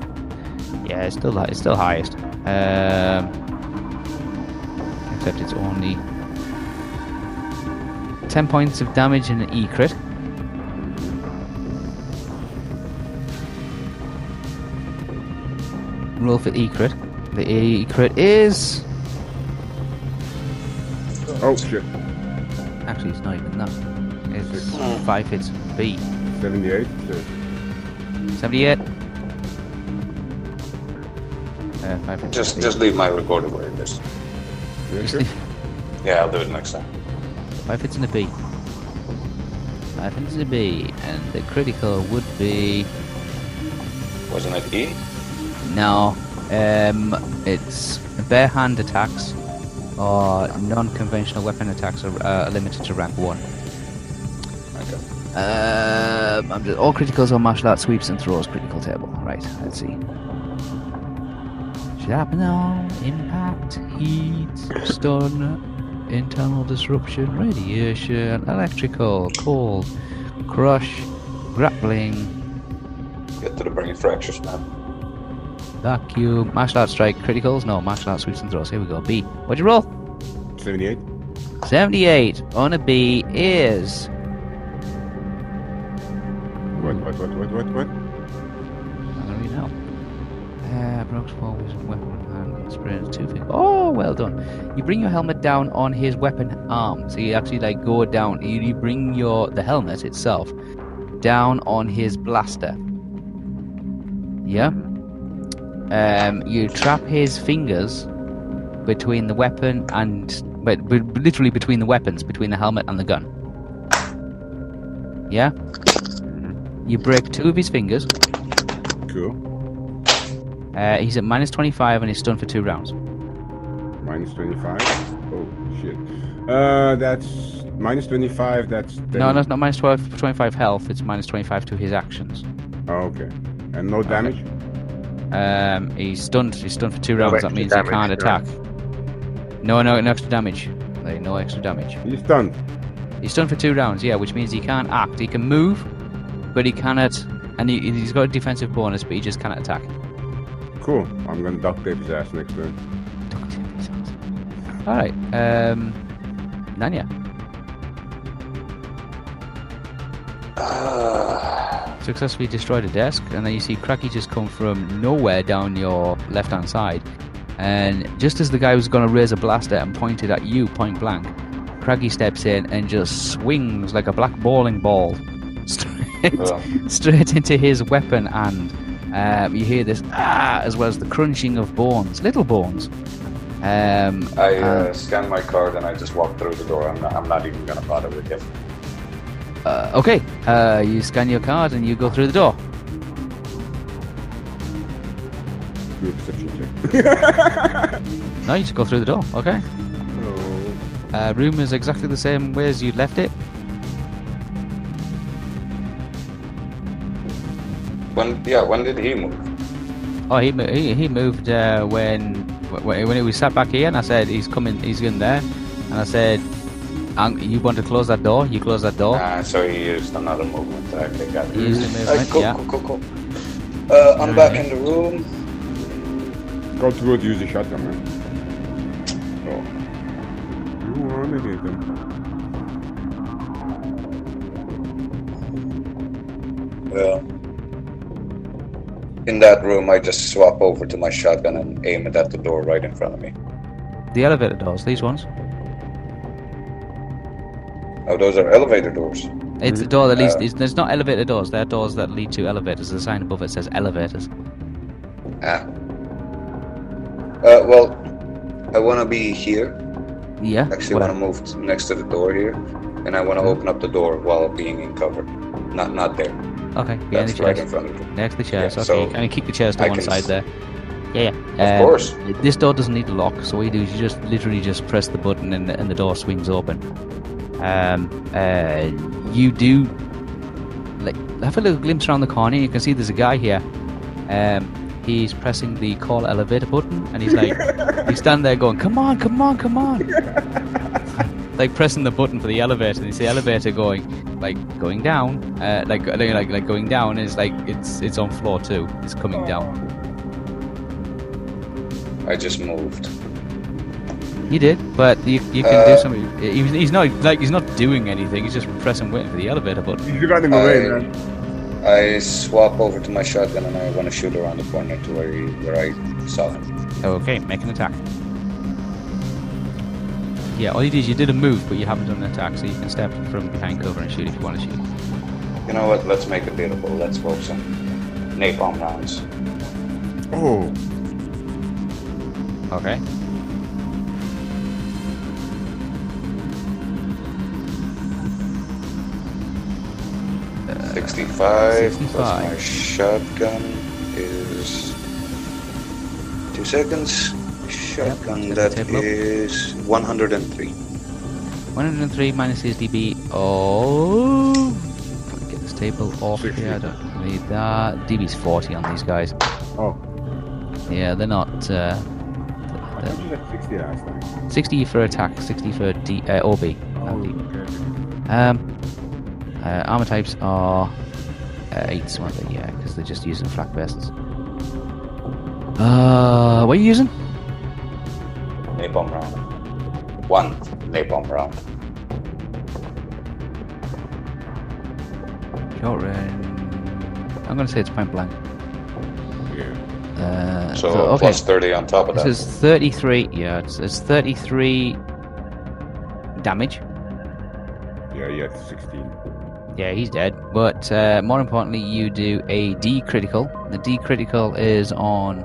B: Yeah, it's still hi- it's still highest. Um, except it's only ten points of damage in an E crit. Roll for E crit. The E crit is
C: Oh, shit.
B: actually it's not even that. It's five hits B.
C: 78. So,
B: Seventy-eight. Uh, five hits
F: Just
B: B.
F: just leave my recorder where it is.
C: yeah,
B: Just
C: sure.
B: leave-
F: Yeah, I'll do it next time.
B: Five hits and a B. Five hits and a B, and the critical would be
F: Wasn't it E?
B: no. Um, it's bare hand attacks or non-conventional weapon attacks are uh, limited to rank one.
F: Okay.
B: Um, I'm just, all criticals on martial arts sweeps and throws critical table. Right, let's see. Shrapnel, impact, heat, stun, internal disruption, radiation, electrical, cold, crush, grappling,
F: Get to the brain fractures, man.
B: vacuum, martial arts strike, criticals. No, martial arts sweeps and throws. Here we go. B. What'd you roll?
C: 78.
B: 78 on a B is
C: What, what, what, what, what, what?
B: I'm gonna read it out. Uh, Brooks Paul with weapon and experience two fingers. Oh, well done. You bring your helmet down on his weapon arm. So you actually like go down. You, you bring your the helmet itself down on his blaster. Yeah. Um, you trap his fingers between the weapon and but, but literally between the weapons, between the helmet and the gun. Yeah. You break two of his fingers.
C: Cool.
B: Uh, he's at minus 25 and he's stunned for two rounds.
C: Minus 25. Oh, shit. Uh, that's minus 25. That's 10.
B: No, no, it's not minus 12, 25 health. It's minus 25 to his actions.
C: Oh, okay. And no damage?
B: Um, he's stunned. He's stunned for two rounds. That
E: extra
B: means he
E: damage,
B: can't
E: no.
B: attack. No, no, no extra damage. Like, no extra damage.
C: He's stunned.
B: He's stunned for two rounds. Yeah, which means he can't act. He can move, but he cannot. And he, he's got a defensive bonus, but he just cannot attack.
C: Cool. I'm gonna duct tape his ass next turn.
B: All right. Um, Nanya,
F: Uh,
B: successfully destroyed a desk, and then you see Cracky just come from nowhere down your left hand side. And just as the guy was going to raise a blaster and point it at you point blank, Craggy steps in and just swings like a black bowling ball straight,
F: uh,
B: straight into his weapon. And um, you hear this ah, as well as the crunching of bones, little bones. Um,
F: I
B: and-
F: uh, scan my card and I just walk through the door. I'm not, I'm not even gonna bother with him.
B: Uh, okay, uh, you scan your card and you go through the door.
C: Do a perception check.
B: No, you just go through the door. Okay.
C: Oh.
B: Uh, room is exactly the same way as you left it.
F: When yeah, when did he move?
B: Oh, he mo- he, he moved uh, when wh- when when he was sat back here, and I said he's coming, he's in there, and I said And you want to close that door? You close that door.
F: Ah, so he used another movement. Okay, got it.
B: You Oh. used a movement,
F: Uh, cool,
B: yeah.
F: cool, cool, cool. Uh, I'm back in the room.
C: Go through it, use the shotgun, man. Oh. You wanted it, then.
F: Yeah. Uh, In that room, I just swap over to my shotgun and aim it at the door right in front of me.
B: The elevator doors, these ones.
F: Oh, those are elevator doors.
B: It's a door that leads.
F: Uh,
B: it's, there's not elevator doors. They're doors that lead to elevators. The sign above it says elevators.
F: Ah. Uh, well, I want to be here.
B: Yeah.
F: Actually,
B: well,
F: want to move t- next to the door here, and I want to open up the door while being in cover. Not, not there.
B: okay. Yeah,
F: That's
B: the
F: right in
B: chairs.
F: front of the
B: Next to the chairs.
F: Yeah,
B: okay.
F: so
B: can you keep the chairs to
F: I
B: one
F: can
B: side
F: s-
B: there? Yeah.
F: Of
B: yeah. Um,
F: course.
B: This door doesn't need a lock, so what you do is you just literally just press the button and the, and the door swings open. Um, uh, you do like have a little glimpse around the corner. You can see there's a guy here. Um, he's pressing the call elevator button, and he's like, he's standing there going, "Come on, come on, come on!" like pressing the button for the elevator, and it's the elevator going, like going down, uh, like like like- like going down. And it's like it's it's on floor two. It's coming down.
F: I just moved.
B: You did, but you, you can
F: Uh,
B: do something. he- He's, he's not like he's not doing anything. He's just pressing waiting for the elevator button.
C: He's running away,
F: I-
C: man.
F: I swap over to my shotgun and I want to shoot around the corner to where, he, where I saw him.
B: Oh, Okay, make an attack. Yeah, all you did is you did a move, but you haven't done an attack, so you can step from behind cover and shoot if you want to shoot.
F: You know what? Let's make it beautiful. Let's focus on napalm rounds.
C: Oh.
B: Okay.
F: Sixty-five, plus
B: 65.
F: my shotgun is two seconds. Shotgun
B: Yep,
F: that
B: table.
F: is one hundred and three.
B: 103 minus his DB. Oh, get this table off here. I don't need that. DB's 40 on these guys.
C: Oh.
B: Yeah, they're not. Uh,
C: I thought you said 60 last time.
B: 60 for attack, 60 for D, uh, OB. not DB. Um, uh, armor types are uh, eights, aren't they? Yeah, because they're just using flak bursts. Uh, what are you using?
F: Napalm round. One napalm round.
B: Short range. I'm gonna say it's point blank.
C: Yeah.
B: Uh,
F: So
B: okay.
F: plus thirty on top of
B: This
F: that.
B: is 33. Yeah, it's, it's 33 damage.
C: Yeah, yeah, it's 16.
B: Yeah, he's dead. But uh, more importantly, you do a D critical. The D critical is on.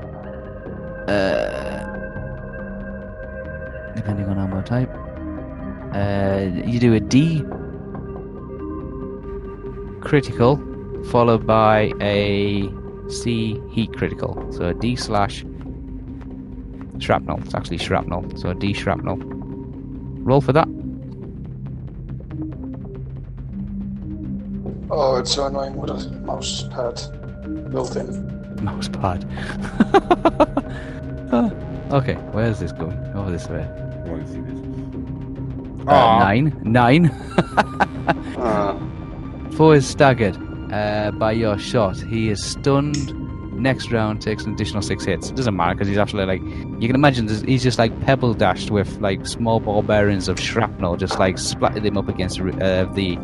B: Uh, depending on ammo type. Uh, you do a D critical followed by a C heat critical. So a D slash shrapnel. It's actually shrapnel. So a D shrapnel. Roll for that.
H: Oh, it's so annoying with a mouse pad built in.
B: mouse pad. Ah, okay, where is this going? Oh, this way.
C: I want to see this.
B: Uh,
C: Ah.
B: nine. Nine.
F: Uh,
B: Four is staggered uh, by your shot. He is stunned. Next round takes an additional six hits. It doesn't matter because he's absolutely like you can imagine. this- He's just like pebble dashed with like small ball bearings of shrapnel, just like splatted him up against the roo- uh, the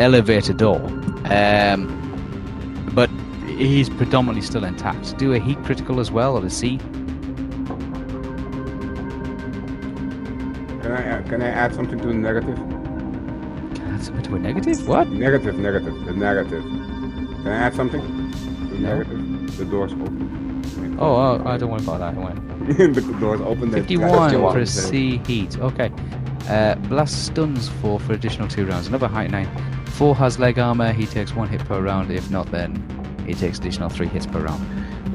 B: elevator door. Um, but he's predominantly still intact. Do a heat critical as well, or a C.
C: Can I, add, can I add something to the negative?
B: That's a bit of a negative. What?
C: Negative, negative, the negative. Can I add something? The
B: No.
C: negative. The door's open.
B: Oh, oh I don't worry about that. Don't worry.
C: the door's open. there's-
B: 51 for a
C: there's-
B: C heat. Okay. Uh, blast stuns four for additional two rounds. Another height nine. Four has leg armor. He takes one hit per round. If not, then he takes additional three hits per round.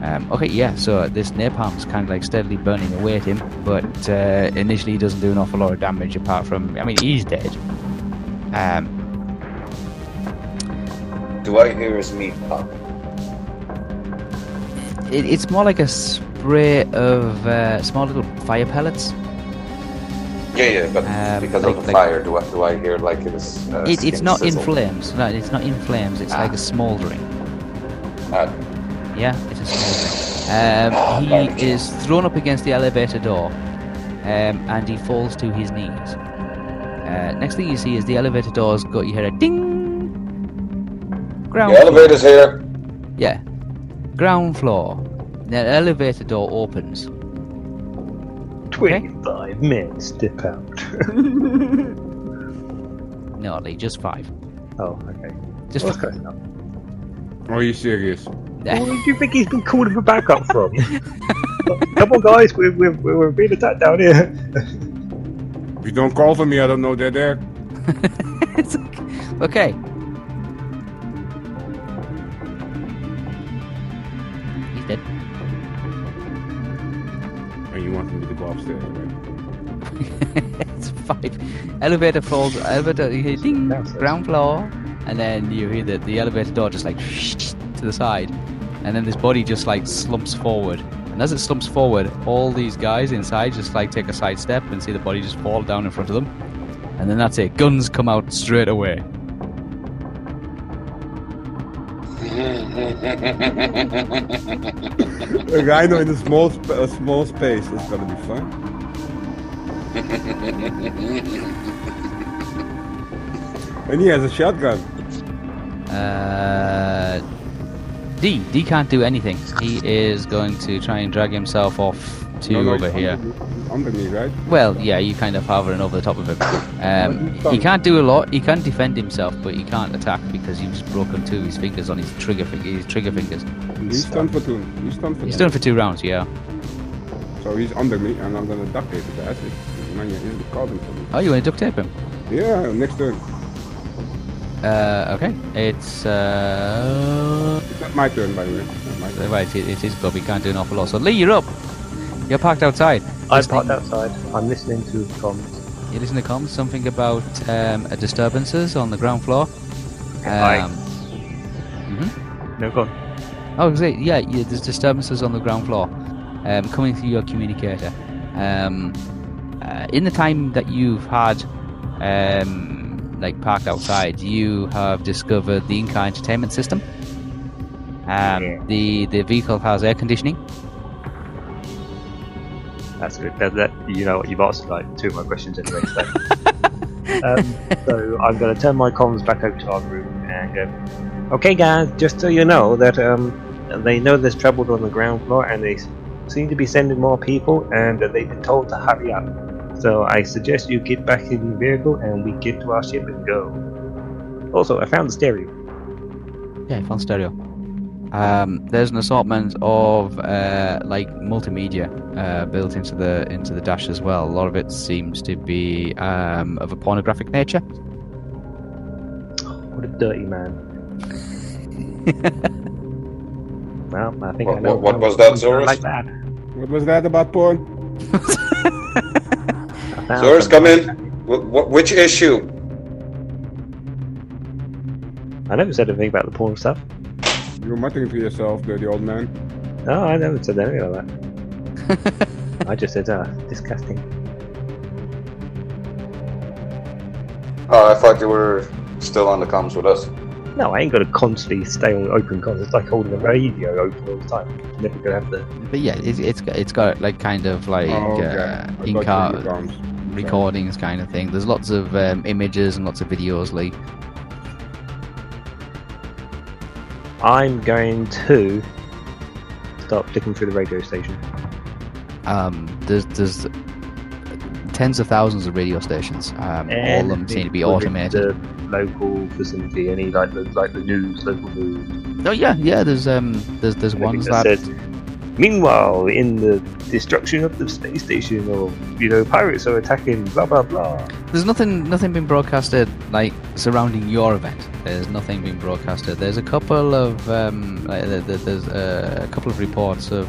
B: Um, okay, yeah. So this napalm is kind of like steadily burning away at him, but uh, initially he doesn't do an awful lot of damage apart from. I mean, he's dead. Um,
F: do I hear his meat pop?
B: it, it's more like a spray of uh, small little fire pellets.
F: Yeah, yeah, but
B: Um,
F: because
B: like-
F: of the
B: like-
F: fire, do I, do I hear like it is? Uh,
B: It, it's
F: skin
B: not in
F: sizzle?
B: flames. No, it's not in flames. It's like
F: Ah.
B: a smouldering.
F: Uh,
B: Yeah, it's a smouldering. Um, he is thrown up against the elevator door, um, and he falls to his knees. Uh, next thing you see is the elevator door's got you hear a ding. Ground.
F: the
B: floor.
F: elevator's here.
B: Yeah. Ground floor. The elevator door opens.
E: Twenty-five minutes. Step out.
B: No, Lee, just five.
E: oh, okay.
B: Just
E: What's
B: five.
E: going on?
C: Are you serious?
E: Where do you think he's been calling for backup from? Come on, guys, we're, we're, we're being attacked down here.
C: If you don't call for me, I don't know they're there.
B: It's okay. okay. He's dead.
C: And you want me to go upstairs, right?
B: it's fine. Elevator falls. Elevator. You hear ding.
E: Downstairs.
B: Ground floor. And then you hear the, the elevator door just like to the side. And then this body just like slumps forward. And as it slumps forward, all these guys inside just like take a side step and see the body just fall down in front of them. And then that's it. Guns come out straight away.
C: A rhino in a small, sp- a small space is gonna be fun. and he has a shotgun.
B: Uh, D. D can't do anything. He is going to try and drag himself off to
C: No, no,
B: over
C: it's
B: here.
C: Under, me- under me, right?
B: Well, yeah, you kind of hover and over the top of him. Um,
C: What have you
B: he
C: done?
B: can't do a lot. He can defend himself, but he can't attack because you've just broken two of his fingers on his trigger fing- his trigger fingers.
C: He's done for two. He's done for
B: He's
C: two.
B: done for two rounds, yeah.
C: So he's under me, and I'm gonna duct tape his ass. If Manya isn't calling for me.
B: Oh, you want to duct tape him?
C: Yeah, next turn.
B: Uh, okay. It's uh,
C: It's not my turn, by the way. It's not my turn.
B: right. It, it is Bob. He can't do an awful lot. So Lee, you're up. You're parked outside.
E: I'm parked outside. I'm listening to the comms.
B: You listen to comms. Something about um, a disturbances on the ground floor.
E: Aye.
B: mhm.
E: No, go on.
B: Oh, is it? Yeah, yeah, there's disturbances on the ground floor um, coming through your communicator. Um, uh, in the time that you've had, um, like, parked outside, you have discovered the Inca Entertainment System. Um, the, the vehicle has air conditioning.
E: That's good. That, that, you know what? You've answered like two of my questions anyway. So, um, so I'm going to turn my comms back over to our group and go. Okay, guys, just so you know that um, they know there's trouble on the ground floor, and they s- seem to be sending more people, and that they've been told to hurry up. So I suggest you get back in the vehicle, and we get to our ship and go. Also, I found the stereo.
B: Yeah, full stereo. Um, there's an assortment of uh, like multimedia uh, built into the into the dash as well. A lot of it seems to be um, of a pornographic nature.
E: What a dirty man. well, I think I
F: What-
E: know.
F: what- what
E: how
F: was that,
E: it's gonna
F: Zorus?
E: Like that.
C: What was that about porn?
E: I found
F: Sirs,
E: something.
F: come in. Wh- wh- which issue?
E: I never said anything about the porn stuff.
C: You were muttering to yourself, dirty old man.
E: No, I never said anything about that. I just said, ah, disgusting.
F: Oh, I thought you were still on the comms with us.
E: No, I ain't got to constantly stay on open comms. It's like holding the radio open all the time. Never gonna have the.
B: But yeah, it's it's got, it's got like kind of like
C: Oh, I
B: uh,
C: thought you were the
B: in-car
C: comms.
B: recordings kind of thing. There's lots of um, images and lots of videos, like
E: I'm going to start flicking through the radio station.
B: um, there's there's tens of thousands of radio stations. Um, all of them seem to be
E: Anything within
B: automated.
E: The local vicinity, any like the like the news, local news.
B: Oh yeah, yeah. There's um there's there's
E: I think
B: ones
E: that
B: that
E: says, Meanwhile, in the destruction of the space station, or you know, pirates are attacking. Blah blah blah.
B: There's nothing, nothing being broadcasted like surrounding your event. There's nothing being broadcasted. There's a couple of, um, like, there- there- there's uh, a couple of reports of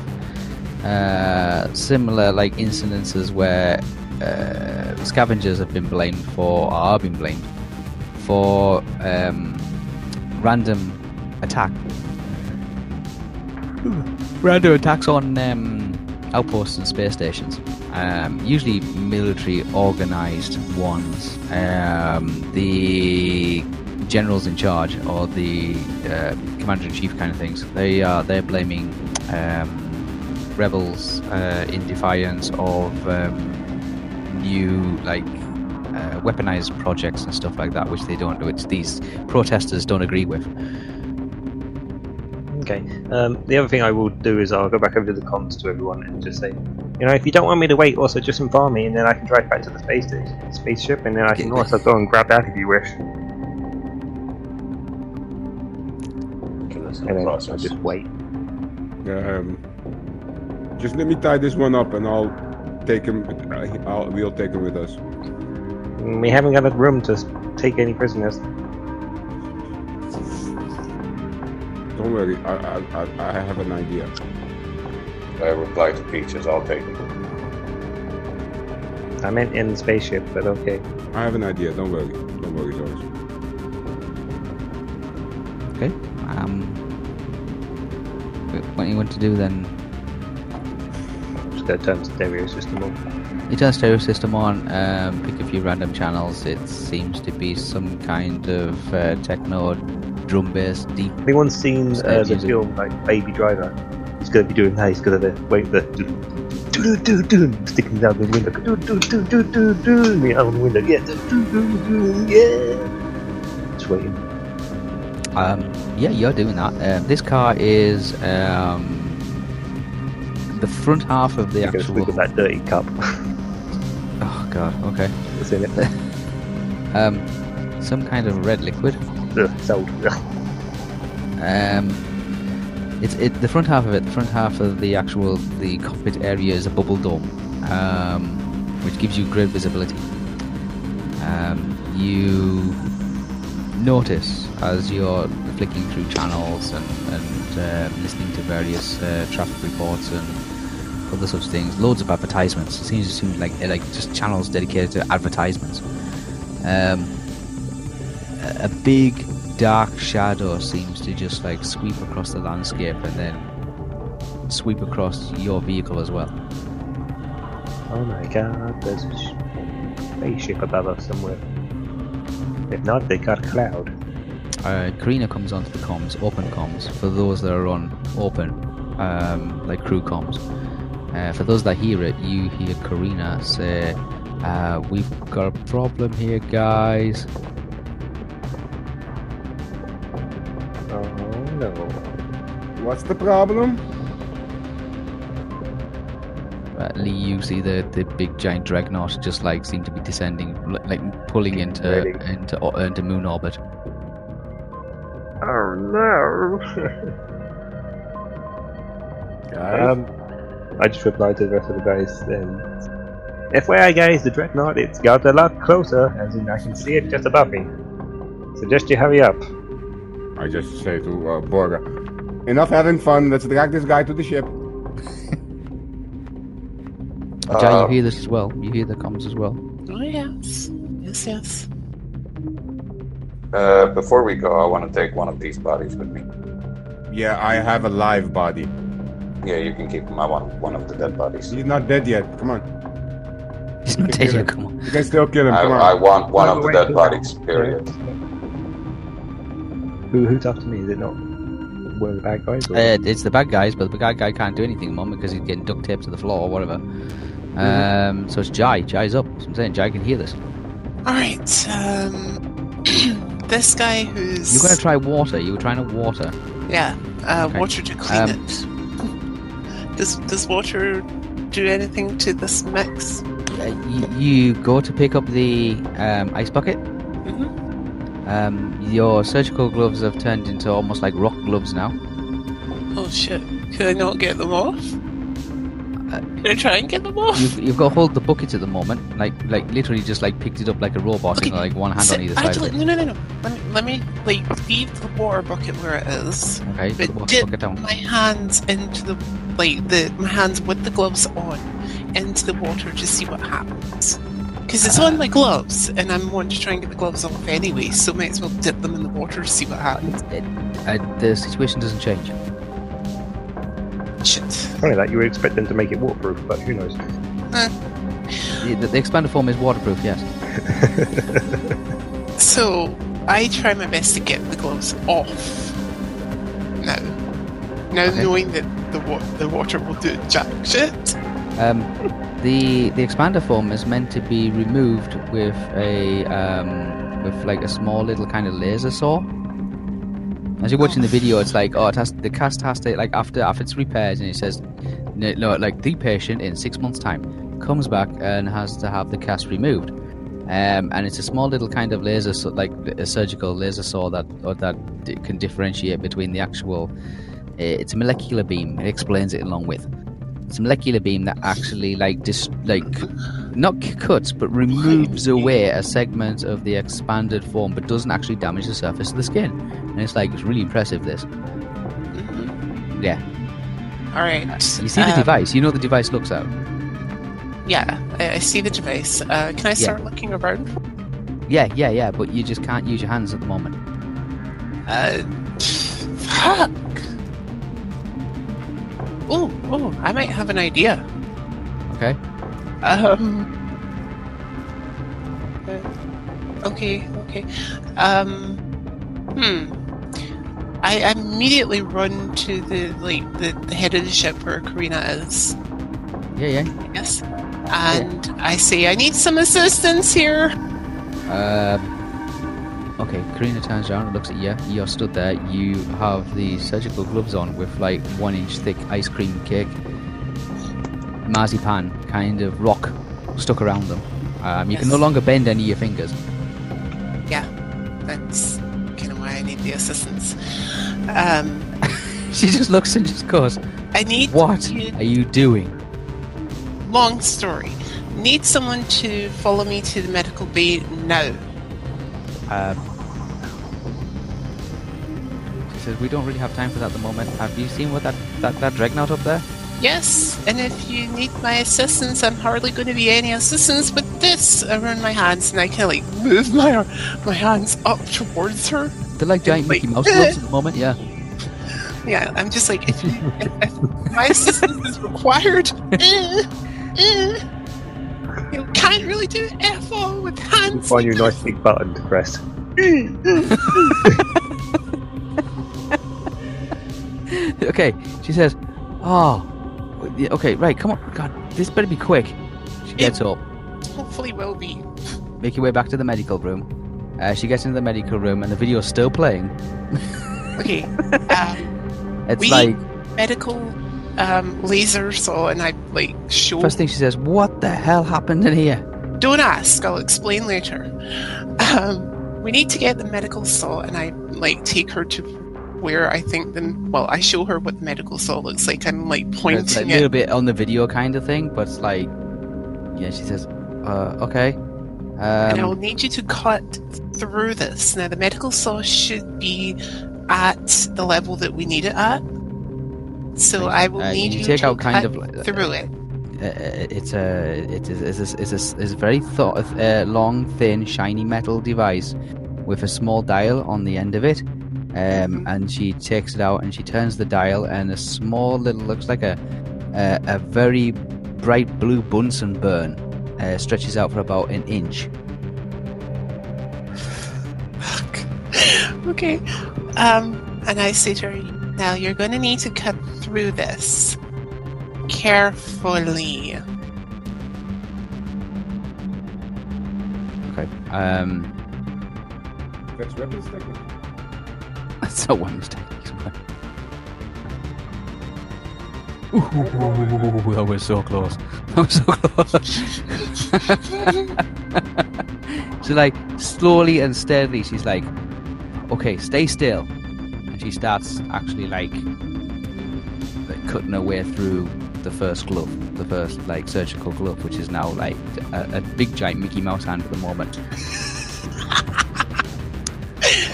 B: uh, similar like incidences where uh, scavengers have been blamed for, or are being blamed for um, random attack, random attacks on um, outposts and space stations. um, usually military organized ones. Um, the generals in charge or the uh, commander in chief kind of things. They are they're blaming um, rebels uh, in defiance of um, new like uh, weaponized projects and stuff like that, which they don't do. It's these protesters don't agree with.
E: Okay. Um, the other thing I will do is I'll go back over to the comms to everyone and just say, you know, if you don't want me to wait, also just inform me, and then I can drive back to the space station, spaceship, and then I can also go and grab that if you wish.
H: Okay, that's
E: And
H: the
E: then I
H: process.
E: just wait.
C: Um, just let me tie this one up, and I'll take him. uh, I'll, we'll take him with us.
E: Mm, We haven't got a room to s- take any prisoners.
C: Don't worry, I I, I, I have an idea.
F: I reply to Peaches, I'll take it.
E: I meant in the spaceship, but okay.
C: I have an idea. Don't worry. Don't worry, Jonas.
B: Okay. Um, wh- what you want to do then?
E: Just gotta turn the stereo system on.
B: You turn the stereo system on, um, pick a few random channels. It seems to be some kind of uh, techno drum bass deep.
E: Anyone's seen
B: Just
E: uh,
B: add
E: the
B: music.
E: film like Baby Driver? He's gonna be doing that. He's gonna be wait the do do do do sticking down the window. Do do do do do do me out the window. Yeah, do do do do yeah. Just waiting.
B: Um, yeah, you're doing that. Um, this car is um, the front half of the
E: He's gonna
B: actual.
E: squiggle that dirty cup.
B: Oh god. Okay.
E: That's in it.
B: Um, some kind of red liquid.
E: Ugh, Sold.
B: Um, it's it the front half of it. The front half of the actual the cockpit area is a bubble dome, um, which gives you great visibility. Um, you notice as you're flicking through channels and and uh, listening to various uh, traffic reports and other such things. Loads of advertisements. It seems it seems like like just channels dedicated to advertisements. Um, a big dark shadow seems to just like sweep across the landscape and then sweep across your vehicle as well.
E: Oh my god, there's a sh- spaceship above us somewhere. If not, they got a cloud.
B: Uh, Karina comes onto the comms, open comms, for those that are on open, um, like crew comms. Uh, for those that hear it, you hear Karina say, uh, We've got a problem here, guys.
E: Oh no.
C: What's the problem?
B: Uh, Lee, you see the, the big giant dreadnought just like seem to be descending, li- like pulling into
E: Ready.
B: into, o- into moon orbit.
E: Oh no.
C: Guys,
E: Um, I just replied to the rest of the guys. Um, FYI, guys, the dreadnought it's got a lot closer, as in I can see it just above me. Suggest you hurry up.
C: I just say to uh, Borga, enough having fun. Let's drag this guy to the ship.
B: Jai,
H: Uh,
B: you
D: Um,
B: hear this as well. You hear the comms as well.
D: Oh, yes. Yes, yes.
F: Uh, before we go, I want to take one of these bodies with me.
C: Yeah, I have a live body.
F: Yeah, you can keep them. I want one of the dead bodies.
C: He's not dead yet. Come on,
B: He's not
C: Okay,
B: dead yet,
C: good.
B: come on.
C: you can still kill him.
F: I,
C: Come
F: I
C: on.
F: want one of the
E: Wait,
F: dead
E: who-
F: bodies, period.
E: Who, who's after me? Is it not one of the bad guys? Or...
B: Uh, it's the bad guys, but the bad guy can't do anything, mum, because he's getting duct taped to the floor or whatever.
D: Mm-hmm.
B: Um, so it's Jai. Jai's up. So I'm saying Jai can hear this.
D: All right. Um, this guy who's
B: You're going to try water. You were trying to water.
D: yeah, uh,
B: Okay.
D: water to clean
B: Um,
D: it. Does does water do anything to this mix?
B: Uh, you, you go to pick up the um, ice bucket.
D: Mhm.
B: Um, your surgical gloves have turned into almost like rock gloves now.
D: Oh shit! Could I not get them off?
B: Uh,
D: Could I try and get them off?
B: You've, you've got to hold the bucket at the moment. Like, like literally just like picked it up like a robot and
D: Okay,
B: like one hand
D: So-
B: on either side
D: actually,
B: of it.
D: no, no, no, no. Let me, let me like leave the water bucket where it is.
B: Okay, put
D: But
B: the
D: did-
B: bucket bucket down.
D: My hands into the like the my hands with the gloves on into the water to see what happens. Because it's on my gloves, and I'm wanting to try and get the gloves off anyway, so might as well dip them in the water to see what happens.
B: Uh, the situation doesn't change.
D: Shit.
E: Funny that you would expect them to make it waterproof, but who knows?
B: The, the expanded form is waterproof, yes.
D: So I try my best to get the gloves off. Now, now
B: Okay.
D: knowing that the wa- the water will do jack shit.
B: Um, the the expander form is meant to be removed with a um, with like a small little kind of laser saw. As you're watching the video, it's like oh, it has the cast has to like after after it's repaired, and it says no, no, like the patient in six months' time comes back and has to have the cast removed. Um, and it's a small little kind of laser, saw like a surgical laser saw that or that d- can differentiate between the actual. eh, It's a molecular beam. It explains it along with. It's a molecular beam that actually like dis- like not c- cuts but removes away a segment of the expanded form but doesn't actually damage the surface of the skin and it's like it's really impressive this Mm-hmm. Yeah.
D: All right.
B: you see the
D: um,
B: device you know the device looks out
D: Yeah, I, I see the device. Uh, can I start looking around?
B: yeah yeah yeah but you just can't use your hands at the moment
D: Uh, fuck. Oh, oh, I might have an idea.
B: okay
D: Um. uh, Okay, okay. Um. Hmm. I immediately run to the like the, the head of the ship where Karina is.
B: yeah yeah
D: Yes. And I say, I need some assistance here.
B: um okay Karina turns around and looks at you you're stood there you have the surgical gloves on with like one inch thick ice cream cake marzipan kind of rock stuck around them um, you can no
D: Yes.
B: longer bend any of your fingers
D: That's kind of why I need the assistance. Um,
B: She just looks and just goes,
D: I need
B: What
D: you-
B: are you doing?
D: long story. Need someone to follow me to the medical bay now.
B: Um, she says, We don't really have time for that at the moment. Have you seen what that, that, that dreadnought up there?
D: Yes, and if you need my assistance, I'm hardly going to be any assistance with this. I run my hands and I can like move my my hands up towards her.
B: They're like giant
D: Wait.
B: Mickey Mouse gloves at the moment, yeah.
D: Yeah, I'm just like if, if, if my assistance is required. eh, eh. you can't really do f all with
E: You'll
D: hands.
E: find you a nice big button to press.
B: Okay, she says, Oh, yeah, okay, right, come on. God, this better be quick. She gets up,
D: Hopefully, will be.
B: make your way back to the medical room. Uh, she gets into the medical room and the video's still playing.
D: Okay. Um,
B: It's
D: We-
B: like,
D: medical um, laser saw, and I like show.
B: first thing she says, What the hell happened in here?
D: Don't ask. I'll explain later. Um, we need to get the medical saw, and I like take her to where I think the well. I show her what the medical saw looks like. I'm like
B: It's like a
D: pointing
B: little
D: it.
B: bit on the video kind of thing, but it's like, yeah, she says, uh, okay.
D: and I will
B: Um,
D: need you to cut through this. Now, the medical saw should be at the level that we need it at. So I will
B: uh,
D: need
B: you
D: you
B: take
D: to
B: out kind
D: cut
B: of like-
D: through it.
B: uh, it's a, it is, it's a, it's a, it's a very thought, uh, long, thin, shiny metal device with a small dial on the end of it. Um, and she takes it out and she turns the dial, and a small little, looks like a, a, a very bright blue Bunsen burn uh, stretches out for about an inch.
D: Fuck. okay. Um, and I say to her, now you're going to need to cut through this carefully.
B: Okay. Um,
C: That's weapons technique.
B: that's not one mistake. Ooh, that was oh, so close. That was so close. so, like, slowly and steadily, she's like, okay, stay still. And she starts actually, like, like cutting her way through the first glove, the first, like, surgical glove, which is now, like, a, a big, giant Mickey Mouse hand at the moment.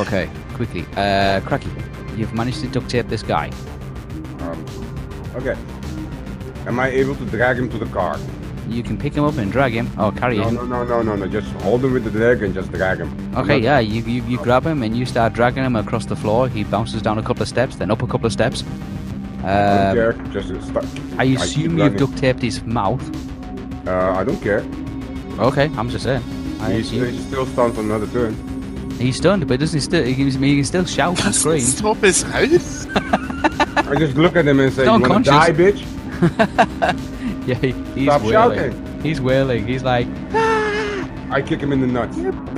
B: okay, quickly. Uh, Cracky, you've managed to duct tape this guy.
C: Um, okay. Am I able to drag him to the car?
B: You can pick him up and drag him, or carry
C: No,
B: him.
C: no, no, no, no, no. Just hold him with the leg and just drag him.
B: Okay,
C: Not-
B: yeah, you, you, you grab him and you start dragging him across the floor. He bounces down a couple of steps, then up a couple of steps.
C: Don't
B: Um,
C: care. Just start.
B: I assume
C: keep
B: you've
C: running.
B: duct taped his mouth.
C: Uh, I don't care.
B: Okay, I'm just saying. I
C: He,
B: assume-
C: he still stands on another turn.
B: He's stunned, but doesn't he still? He can, I mean, he can still shout and
D: Doesn't
B: scream.
D: stop his mouth.
C: I just look at him and say,
B: He's
C: "You wanna
B: unconscious.
C: die, bitch?"
B: yeah, he, he's
C: Stop
B: whirling.
C: shouting.
B: He's whirling. He's like,
C: I kick him in the nuts.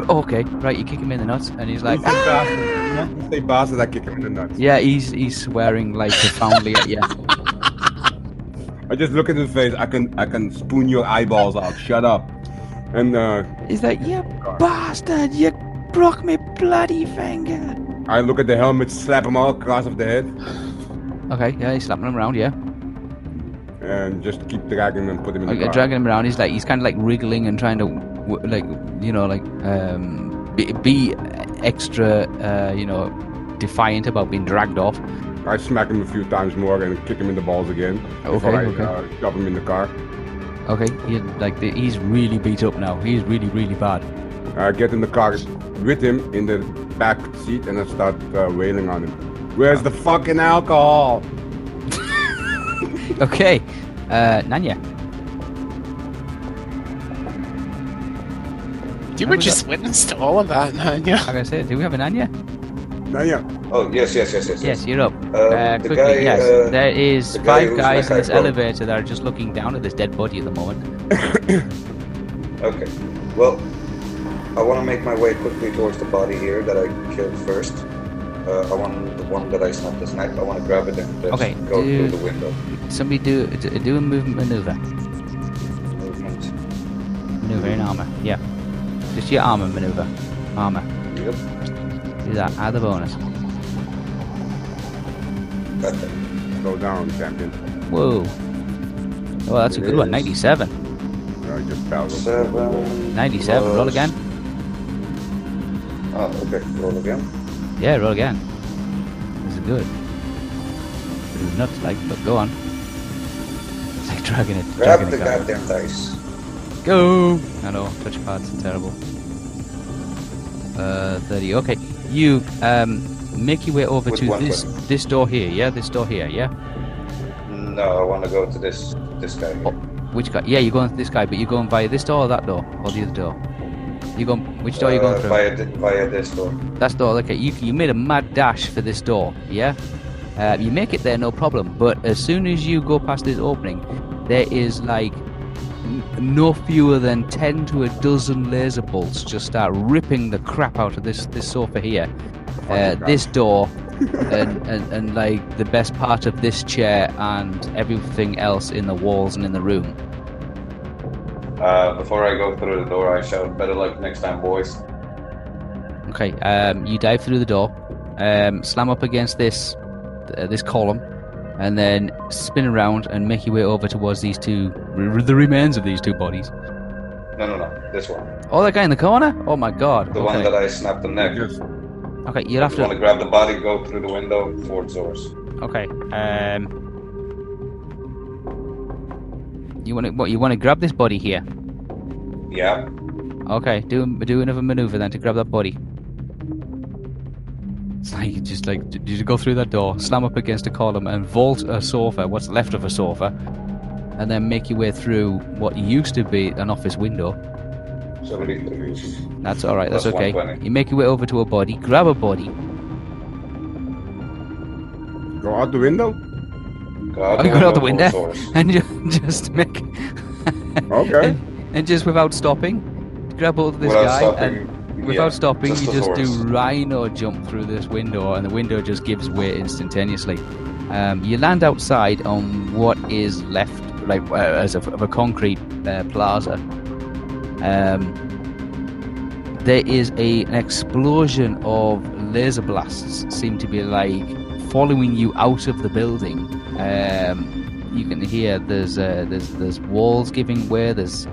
B: okay, right. You kick him in the nuts, and he's like,
C: Like, bastard. You say bastard, I kick him in the nuts.
B: ah! yeah, he's he's swearing like profoundly at you.
C: I just look at his face. I can I can spoon your eyeballs out. Shut up. And uh,
B: He's like, you bastard, you broke me bloody finger.
C: I look at the helmet, slap him all across of the head,
B: Okay, yeah, he's slapping him around. Yeah,
C: and just keep dragging him and put him in the
B: like, uh,
C: car.
B: dragging him around. He's like, he's kind of like wriggling and trying to, w- like, you know, like, um, be, be extra, uh, you know, defiant about being dragged off.
C: I smack him a few times more and kick him in the balls again.
B: Okay,
C: before I,
B: okay.
C: Uh, shove him in the car.
B: Okay, he, like the, he's really beat up now. He's really, really bad.
C: I get in the car with him in the back seat and I start uh, wailing on him. Where's the fucking alcohol?
B: Okay, uh, Nanya.
D: You
B: How
D: were
B: was
D: just witness to all of that, Nanya.
B: Like I said, do we have a Nanya?
C: Now, yeah.
F: Oh, yes, yes, yes, yes.
B: Yes, you're up.
F: Um,
B: uh,
F: the
B: quickly,
F: guy,
B: yes.
F: uh,
B: there is
F: the guy
B: five
F: who's
B: guys in
F: like
B: this
F: that girl.
B: elevator that are just looking down at this dead body at the moment.
F: Okay. Well, I want to make my way quickly towards the body here that I killed first. Uh, I want the one that I snapped his neck. I want to grab it and just
B: Okay,
F: go
B: do-
F: through the window.
B: Somebody do d- do a movement maneuver.
F: Movement.
B: Maneuver in armor. Yeah. Just your armor maneuver. Armor.
F: Yep.
B: Do that. Add the bonus.
F: Got that.
C: Go down, champion.
B: Whoa. Well, that's a
F: It
B: good one.
F: is.
B: 97.
C: I just fell.
F: Seven.
B: 97. Roll
F: plus-
B: again.
F: Oh, okay. Roll again.
B: Yeah, roll again. This is good. This is nuts like, but go on. It's like dragging it.
F: Grab
B: dragging
F: the
B: it down.
F: goddamn dice.
B: Go! I know, touch pads are terrible. Uh, 30. Okay, you um, make your way over
F: With
B: to
F: one
B: this this door here, yeah? This door here, yeah?
F: No, I want to go to this this guy. Here.
B: Oh, which guy? Yeah, you're going to this guy, but you're going via this door or that door? Or the other door? You're going, which door you
F: Uh,
B: going through?
F: Via, thi- via this door.
B: That's door. Okay, you, you made a mad dash for this door, yeah? Uh, you make it there, no problem. But as soon as you go past this opening, there is like n- no fewer than 10 to a dozen laser bolts just start ripping the crap out of this, this sofa here, uh,
C: Fucking
B: this door, and, and, and like the best part of this chair and everything else in the walls and in the room.
F: Uh, before I go through the door, I shout, "Better luck next time, boys."
B: Okay, um, you dive through the door, um, slam up against this uh, this column, and then spin around and make your way over towards these two, r- the remains of these two bodies.
F: No, no, no. This one.
B: Oh, that guy in the corner! Oh my god!
F: The
B: okay.
F: one that I snapped the neck.
C: Just
B: okay, you'll have
F: You want
B: to.
F: to grab the body, go through the window towards doors.
B: Okay. Um, you want to what? You want to grab this body here?
F: Yeah.
B: Okay, do do another maneuver then to grab that body. It's like you just like you just go through that door, slam up against a column, and vault a sofa, what's left of a sofa, and then make your way through what used to be an office window.
F: Somebody please.
B: That's all right. That's,
F: That's
B: okay.
F: 120.
B: You make your way over to a body, grab a body.
C: go out the window?
F: Go out
B: Oh, you go out the
F: towards
B: window
F: doors.
B: and just, just make.
C: Okay.
B: And, and just without stopping, grab hold of this
F: Without
B: guy
F: stopping,
B: and
F: yeah,
B: Without stopping,
F: just
B: you
F: the
B: just
F: doors.
B: do rhino jump through this window, and the window just gives way instantaneously. Um, you land outside on what is left, like uh, as of, of a concrete uh, plaza. Um, there is a, an explosion of laser blasts, seem to be like following you out of the building. Um, you can hear there's uh, there's there's walls giving way. There's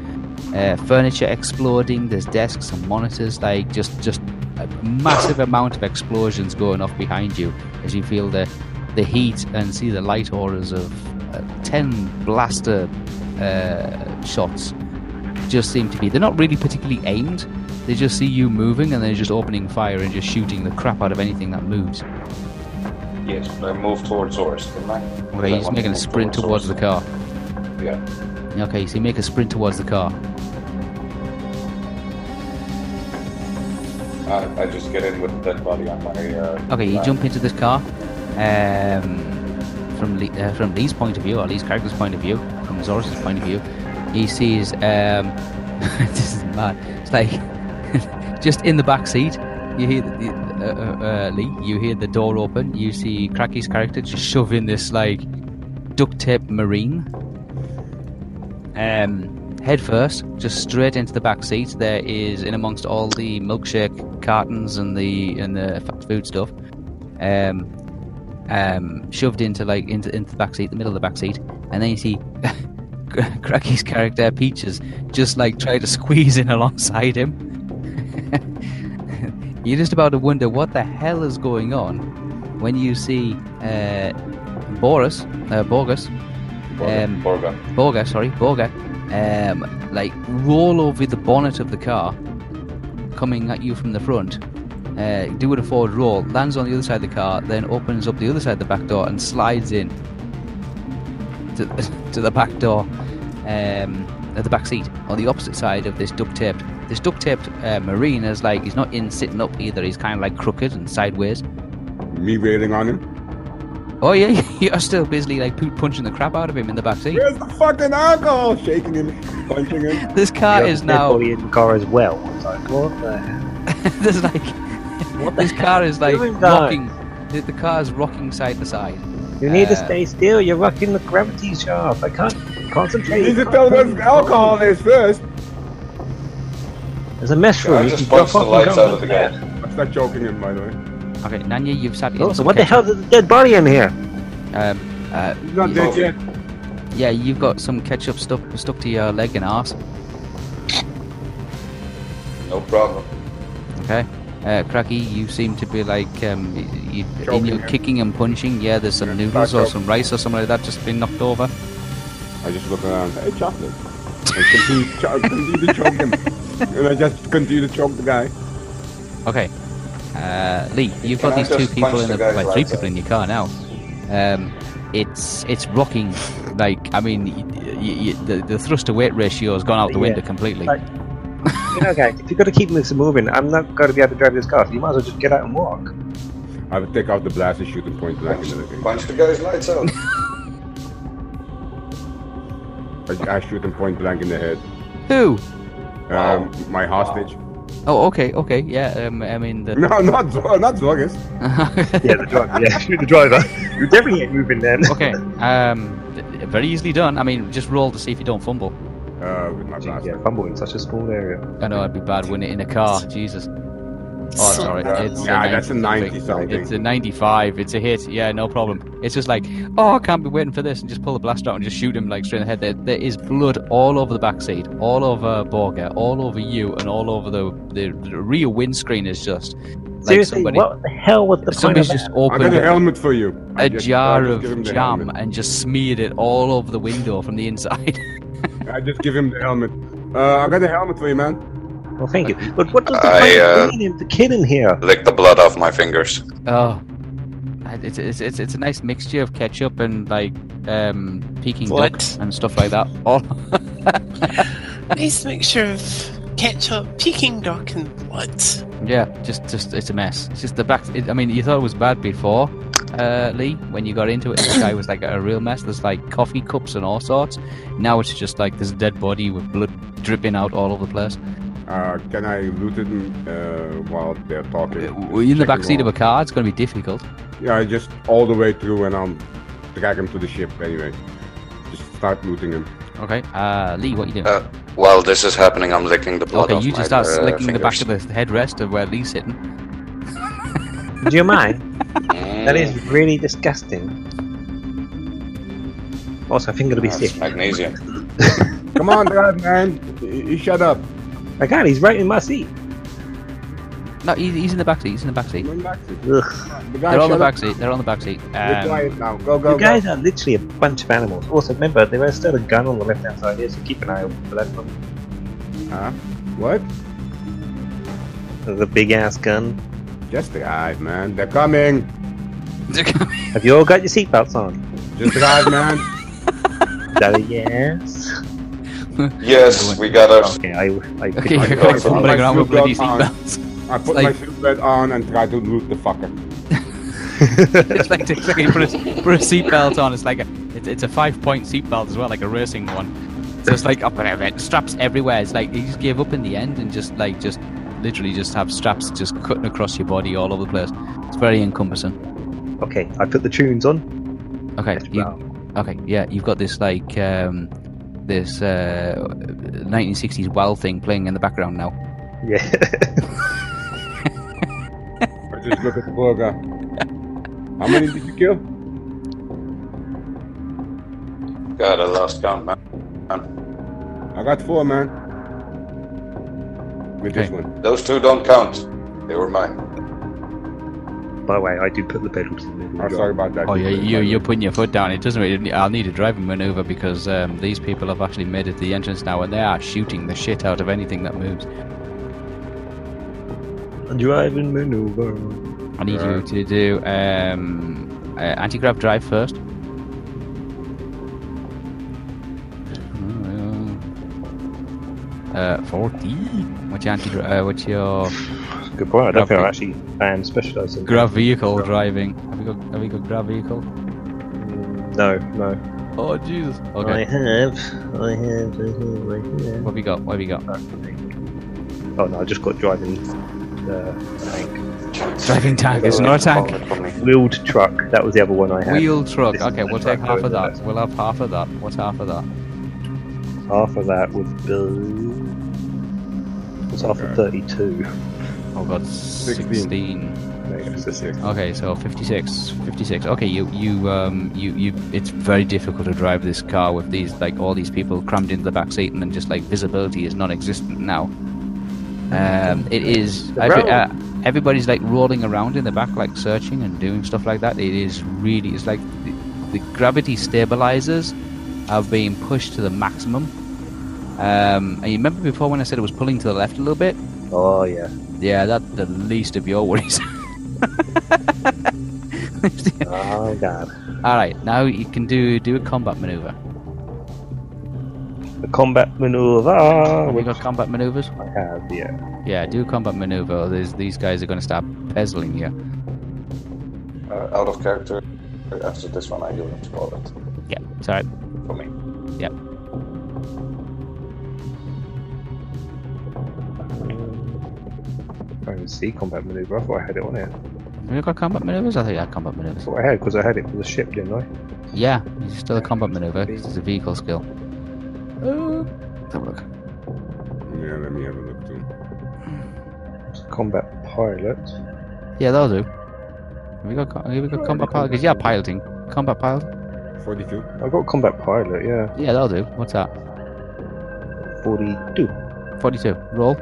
B: uh, furniture exploding. There's desks and monitors, like just just a massive amount of explosions going off behind you as you feel the the heat and see the light auras of uh, ten blaster uh, shots. Just seem to be they're not really particularly aimed. They just see you moving and they're just opening fire and just shooting the crap out of anything that moves.
F: Yes, but I move towards doors, didn't I?
B: Okay,
F: I
B: he's
F: want to
B: making a
F: move
B: sprint
F: towards
B: towards the car.
F: Yeah.
B: Okay, so you make a sprint towards the car.
F: I, I just get in with the dead body on my. Uh,
B: Okay, you
F: lap.
B: jump into this car. Um, from Lee, uh, from Lee's point of view, or Lee's character's point of view, from Zorus's point of view, he sees um, this is mad. It's like just in the back seat, you hear the, the, uh, uh, uh, Lee. You hear the door open. You see Cracky's character just shoving this like duct tape marine um, head first, just straight into the back seat. There is in amongst all the milkshake cartons and the and the fast food stuff, um, um, shoved into like into into the back seat, the middle of the back seat, and then you see Cracky's character Peaches just like try to squeeze in alongside him. You're just about to wonder what the hell is going on when you see uh, Boris, uh, Borgus,
F: Borga.
B: um,
F: Borga.
B: Borga, sorry, Borga, um, like roll over the bonnet of the car, coming at you from the front. Uh, do it a forward roll, lands on the other side of the car, then opens up the other side of the back door and slides in to, to the back door, um, at the back seat on the opposite side of this duct taped. This duct taped uh, marine is like he's not in sitting up either. He's kind of like crooked and sideways.
C: Me railing on him.
B: Oh yeah, you're still busily like pu- punching the crap out of him in the back seat.
C: Where's the fucking alcohol? Shaking him, punching him.
B: This car
E: The
B: is
E: dead
B: now.
E: body in the car as well. It's like, what the hell?
B: There's like this car is like
E: doing that?
B: rocking. The, the car is rocking side to side.
E: You need to
B: Uh,
E: stay still. You're rocking the gravity shaft. I can't
C: You
E: concentrate.
C: need to tell us the alcohol is first.
E: There's a mess room.
F: I
E: You
F: just
E: can drop
F: punched the
E: off and
F: lights
E: go
F: out of the
E: in
F: guy.
E: there.
C: I'm not joking him, by the way.
B: Okay, Nanya, you've sat in.
E: Oh, so
B: some
E: what the
B: ketchup.
E: hell's a dead body in here?
B: Um, uh,
C: He's not
B: you-
C: dead yet.
B: yeah, you've got some ketchup stuck stuck to your leg and arse.
F: No problem.
B: Okay, uh, Cracky, you seem to be like um, y- you, in
C: Choking
B: your
C: him.
B: kicking and punching. Yeah, there's some
C: Yeah,
B: noodles
C: back
B: or
C: up.
B: some rice or something like that just been knocked over.
C: I just look around. Hey, chocolate. I continue, cho- continue to choke him, and I just continue to choke the guy.
B: Okay. Uh, Lee, you've
F: Can
B: got
F: I
B: these two
F: just
B: people
F: punch
B: in
F: the
B: the,
F: guy
B: like
F: who
B: three
F: rides
B: people in your car now. Um, it's it's rocking. Like I mean, y- y- y- the the thrust to weight ratio has gone out the
E: Yeah.
B: window completely.
E: Like- You know, guys, if you've got to keep this moving, I'm not going to be able to drive this car. So you might as well just get out and walk.
C: I would take out the blaster, shoot and point blank
F: Punch,
C: into the face.
F: punch the guy's lights out.
C: I, I shoot him point blank in the head.
B: Who?
C: Um, my hostage.
B: Oh, okay, okay, yeah. Um, I mean, the...
C: No, not Zor- not Zorgus.
E: Yeah, the driver. Yeah, shoot the driver. You definitely ain't moving then.
B: okay. Um, th- very easily done. I mean, just roll to see if you don't fumble.
C: Uh, with my
E: Jeez,
C: blaster.
E: yeah, fumble in such a small area.
B: I know it'd be bad winning in a car. Jesus. Oh,
D: So
B: sorry.
D: bad.
B: It's
C: Yeah, that's a
B: 90
C: 90 something.
B: It's a 95. It's a hit. Yeah, no problem. It's just like, oh, I can't be waiting for this, and just pull the blaster out and just shoot him like straight in the head. There, there is blood all over the back seat, all over Borger, all over you, and all over the the, the rear windscreen is just like
E: Seriously,
B: somebody.
E: what the hell was the point of
B: Somebody's
E: that?
B: just
C: I got
B: opened
C: a
B: a,
C: helmet for you. I just-
B: jar
C: I just give
B: of
C: him the
B: jam
C: helmet.
B: and just smeared it all over the window from the inside.
C: I just give him the helmet. Uh, I got a helmet for you, man.
E: Well, thank you. But what does the
F: I,
E: point
F: uh,
E: of bringing him to kill him here?
F: Lick the blood off my fingers.
B: Oh, it's it's it's, it's a nice mixture of ketchup and like um Peking
D: What?
B: duck and stuff like that. All
F: Oh.
D: Nice mixture of ketchup, Peking duck, and blood.
B: yeah, just just it's a mess. It's just the back. It, I mean, you thought it was bad before, uh, Lee, when you got into it. The guy was like a real mess. There's like coffee cups and all sorts. Now it's just like this dead body with blood dripping out all over the place.
C: Uh, can I loot it uh, while they're talking?
B: Were you Uh, in the
C: Checking
B: back seat of a
C: all-
B: car? It's going to be difficult.
C: Yeah, I just all the way through, and I'll drag him to the ship anyway. Just start looting him.
B: Okay, uh, Lee, what you doing?
F: Uh, While this is happening, I'm licking the blood
B: okay,
F: off
B: you
F: my
B: just start
F: uh,
B: slicking the back
F: fingers.
B: of the headrest of where Lee's sitting.
E: Do you mind?
F: Mm,
E: That is really disgusting. Also, I think it'll be
F: that's
E: sick.
F: magnesium.
C: Come on, drive, man. You, you shut up.
E: My God, he's right in my seat.
B: No, he's, he's in the back seat. He's in the back seat.
C: You're in the back seat.
E: Ugh.
C: The guy
B: They're on the
C: shut
B: back
C: up.
B: seat. They're on the back seat.
C: Be
B: Um,
C: quiet now. Go, go,
E: You
C: go.
E: guys are literally a bunch of animals. Also, remember, there is still a gun on the left hand side here, so keep an eye out for that one.
C: Huh? What?
E: There's a big ass gun.
C: Just drive, man. They're coming.
B: Um,
E: Have you all got your seatbelts on?
C: Just drive, man.
E: Daddy, yes.
F: Yes, we got our.
E: Okay, I, I pick
B: Okay,
E: my
B: you're going
F: God,
E: card.
B: for
F: I'm
B: putting
C: like
B: on with
C: super
B: bloody
C: on.
B: seatbelts.
C: I put my
B: Like-
C: seatbelt on and try to loot the fucker.
B: it's like it's like you put a, put a seatbelt on. It's like a, it's, it's a five point seatbelt as well, like a racing one. So it's like up and everything, straps everywhere. It's like he just gave up in the end and just like just literally just have straps just cutting across your body all over the place. It's very encompassing.
E: Okay, I put the tunes on.
B: Okay,
E: Let's
B: you,
E: roll.
B: okay, yeah, you've got this like um, this uh, 1960s WoW thing playing in the background now.
E: Yeah.
C: I just look at the burger. How many did you kill?
F: God, I lost count, man.
C: I got four, man. With this
B: Okay.
C: one.
F: Those two don't count. They were mine.
E: By the way, I do put the pedal to the middle.
C: I'm sorry about that.
B: Oh yeah, you you're putting your foot down. It doesn't. Really, I'll need a driving maneuver because um, these people have actually made it to the entrance now, and they are shooting the shit out of anything that moves.
E: Driving maneuver.
B: I need you to do um, uh, anti-grav drive first. Uh, fourteen. What's your anti? Uh, what's your
E: Good point. I don't think I
B: Grav-
E: actually am specialised in
B: grav vehicle driving? Have you got? Have you got grav vehicle?
E: No, no.
B: Oh Jesus! Okay.
E: I have. I have. I have. I have.
B: What have you got? What have you got?
E: Oh no, I just got driving uh, tank.
B: Driving tank. It's not a tank.
E: Wheeled truck. That was the other one I had.
B: Wheel truck.
E: This is
B: Okay,
E: the
B: we'll take
E: truck
B: half
E: over
B: of that.
E: there.
B: We'll have half of that. What's half of that?
E: Half of that would be. It's half of 32.
B: Oh god, 16.
E: There you go, so six.
B: Okay, so 56. 56. Okay, you you um you you it's very difficult to drive this car with these like all these people crammed into the back seat and then just like visibility is non-existent now. Um it is
E: The
B: every,
E: road.
B: uh, everybody's like rolling around in the back like searching and doing stuff like that. It is really it's like the, the gravity stabilizers are being pushed to the maximum. Um, and you remember before when I said it was pulling to the left a little bit?
E: Oh yeah.
B: Yeah, that's the least of your worries.
E: Oh god.
B: All right, now you can do do a combat maneuver.
E: The combat maneuver.
B: Have you
E: Which
B: got combat maneuvers?
E: I uh, have. Yeah.
B: Yeah, do a combat maneuver. There's, these guys are going to start puzzling you.
F: Uh, out of character. After this one, I give them to call it
B: Yeah, sorry.
F: for me.
E: I don't see combat maneuver. I thought I had it on it.
B: Have you got combat maneuvers? I think you had combat
E: I
B: maneuvers.
E: thought I had because I had it for the ship, didn't I?
B: Yeah, it's still a combat maneuver. 'cause It's a vehicle skill. Uh, Let's have a look.
C: Yeah, let me have a look too.
E: Combat pilot.
B: Yeah, that'll do. Have you got, co- have you got Oh, combat pilot? Because you are piloting. Combat pilot?
C: 42.
E: I got combat pilot. Yeah.
B: Yeah, that'll do. What's that?
E: Forty-two.
B: 42. Roll.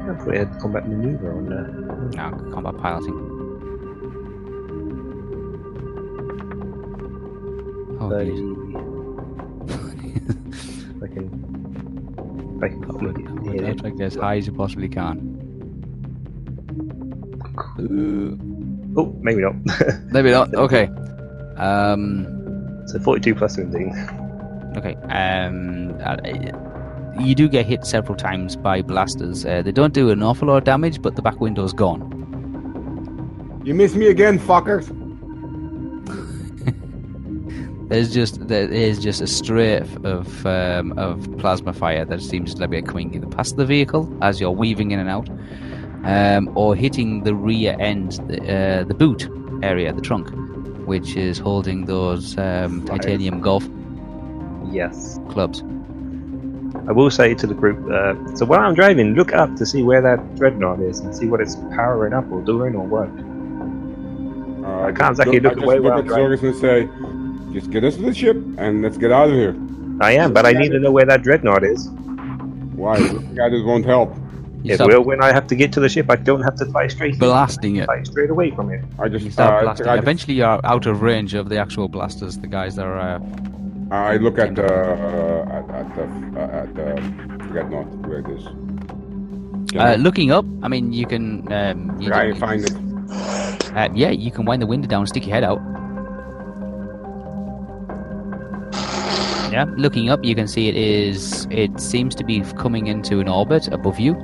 E: I thought it had combat maneuver on uh, there.
B: No, combat piloting. Oh,
E: Thirty.
B: geez.
E: I can. I can
B: That
E: click
B: would,
E: it
B: that would
E: here.
B: look like as high as you possibly can.
E: Oh, maybe not.
B: Maybe not. Okay. Um.
E: so 42 plus 17.
B: Okay. Um. uh, You do get hit several times by blasters. Uh, they don't do an awful lot of damage, but the back window's gone.
C: You missed me again, fuckers.
B: There's just there is just a strafe of um, of plasma fire that seems to be coming either past the vehicle as you're weaving in and out, um, or hitting the rear end, the, uh, the boot area, the trunk, which is holding those um, titanium golf
E: Yes.
B: clubs.
E: I will say to the group, uh, so while I'm driving, look up to see where that dreadnought is and see what it's powering up or doing or what.
C: Uh,
E: I can't exactly
C: just-
E: look
C: I
E: away
C: just
E: while
C: look at Zorgus and say, just get us to the ship and let's get out of here.
E: I am, but I need to know where that dreadnought is.
C: Why? this guy just won't help.
B: You
E: It
B: start
E: will when I have to get to the ship. I don't have to fly straight. in.
B: blasting it.
E: Fly straight away from it.
C: I
B: You
C: just, uh,
B: start
C: I,
B: blasting.
C: just-
B: Eventually, you're out of range of the actual blasters. The guys that are. Uh,
C: I look at the, uh, at, at the, uh, at the, forget not where it is. Can
B: uh,
C: I
B: looking up. I mean, you can. Um, you can-
C: try and find it.
B: Uh, yeah, you can wind the window down, stick your head out. Yeah. Looking up, you can see it is. It seems to be coming into an orbit above you.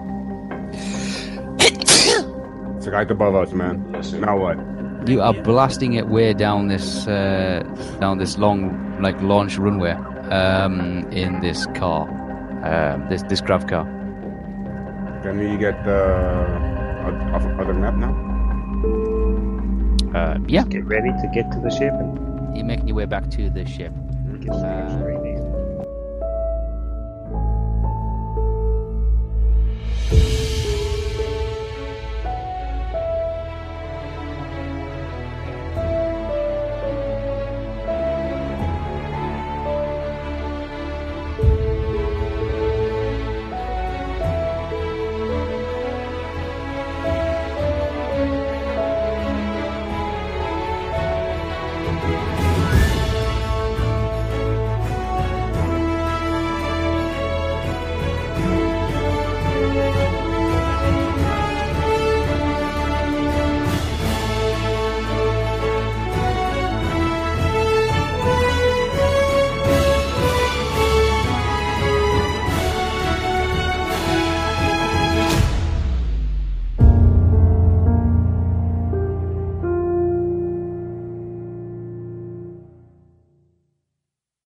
C: It's right above us, man. Now what?
B: You are blasting it way down this uh, down this long like launch runway um, in this car, um, this this grav car.
C: Can we get uh, oth- oth- other map now?
B: Uh, yeah,
E: Get ready to get to the ship and
B: you're making your way back to the ship.
E: get some
B: Uh,
E: extra relief.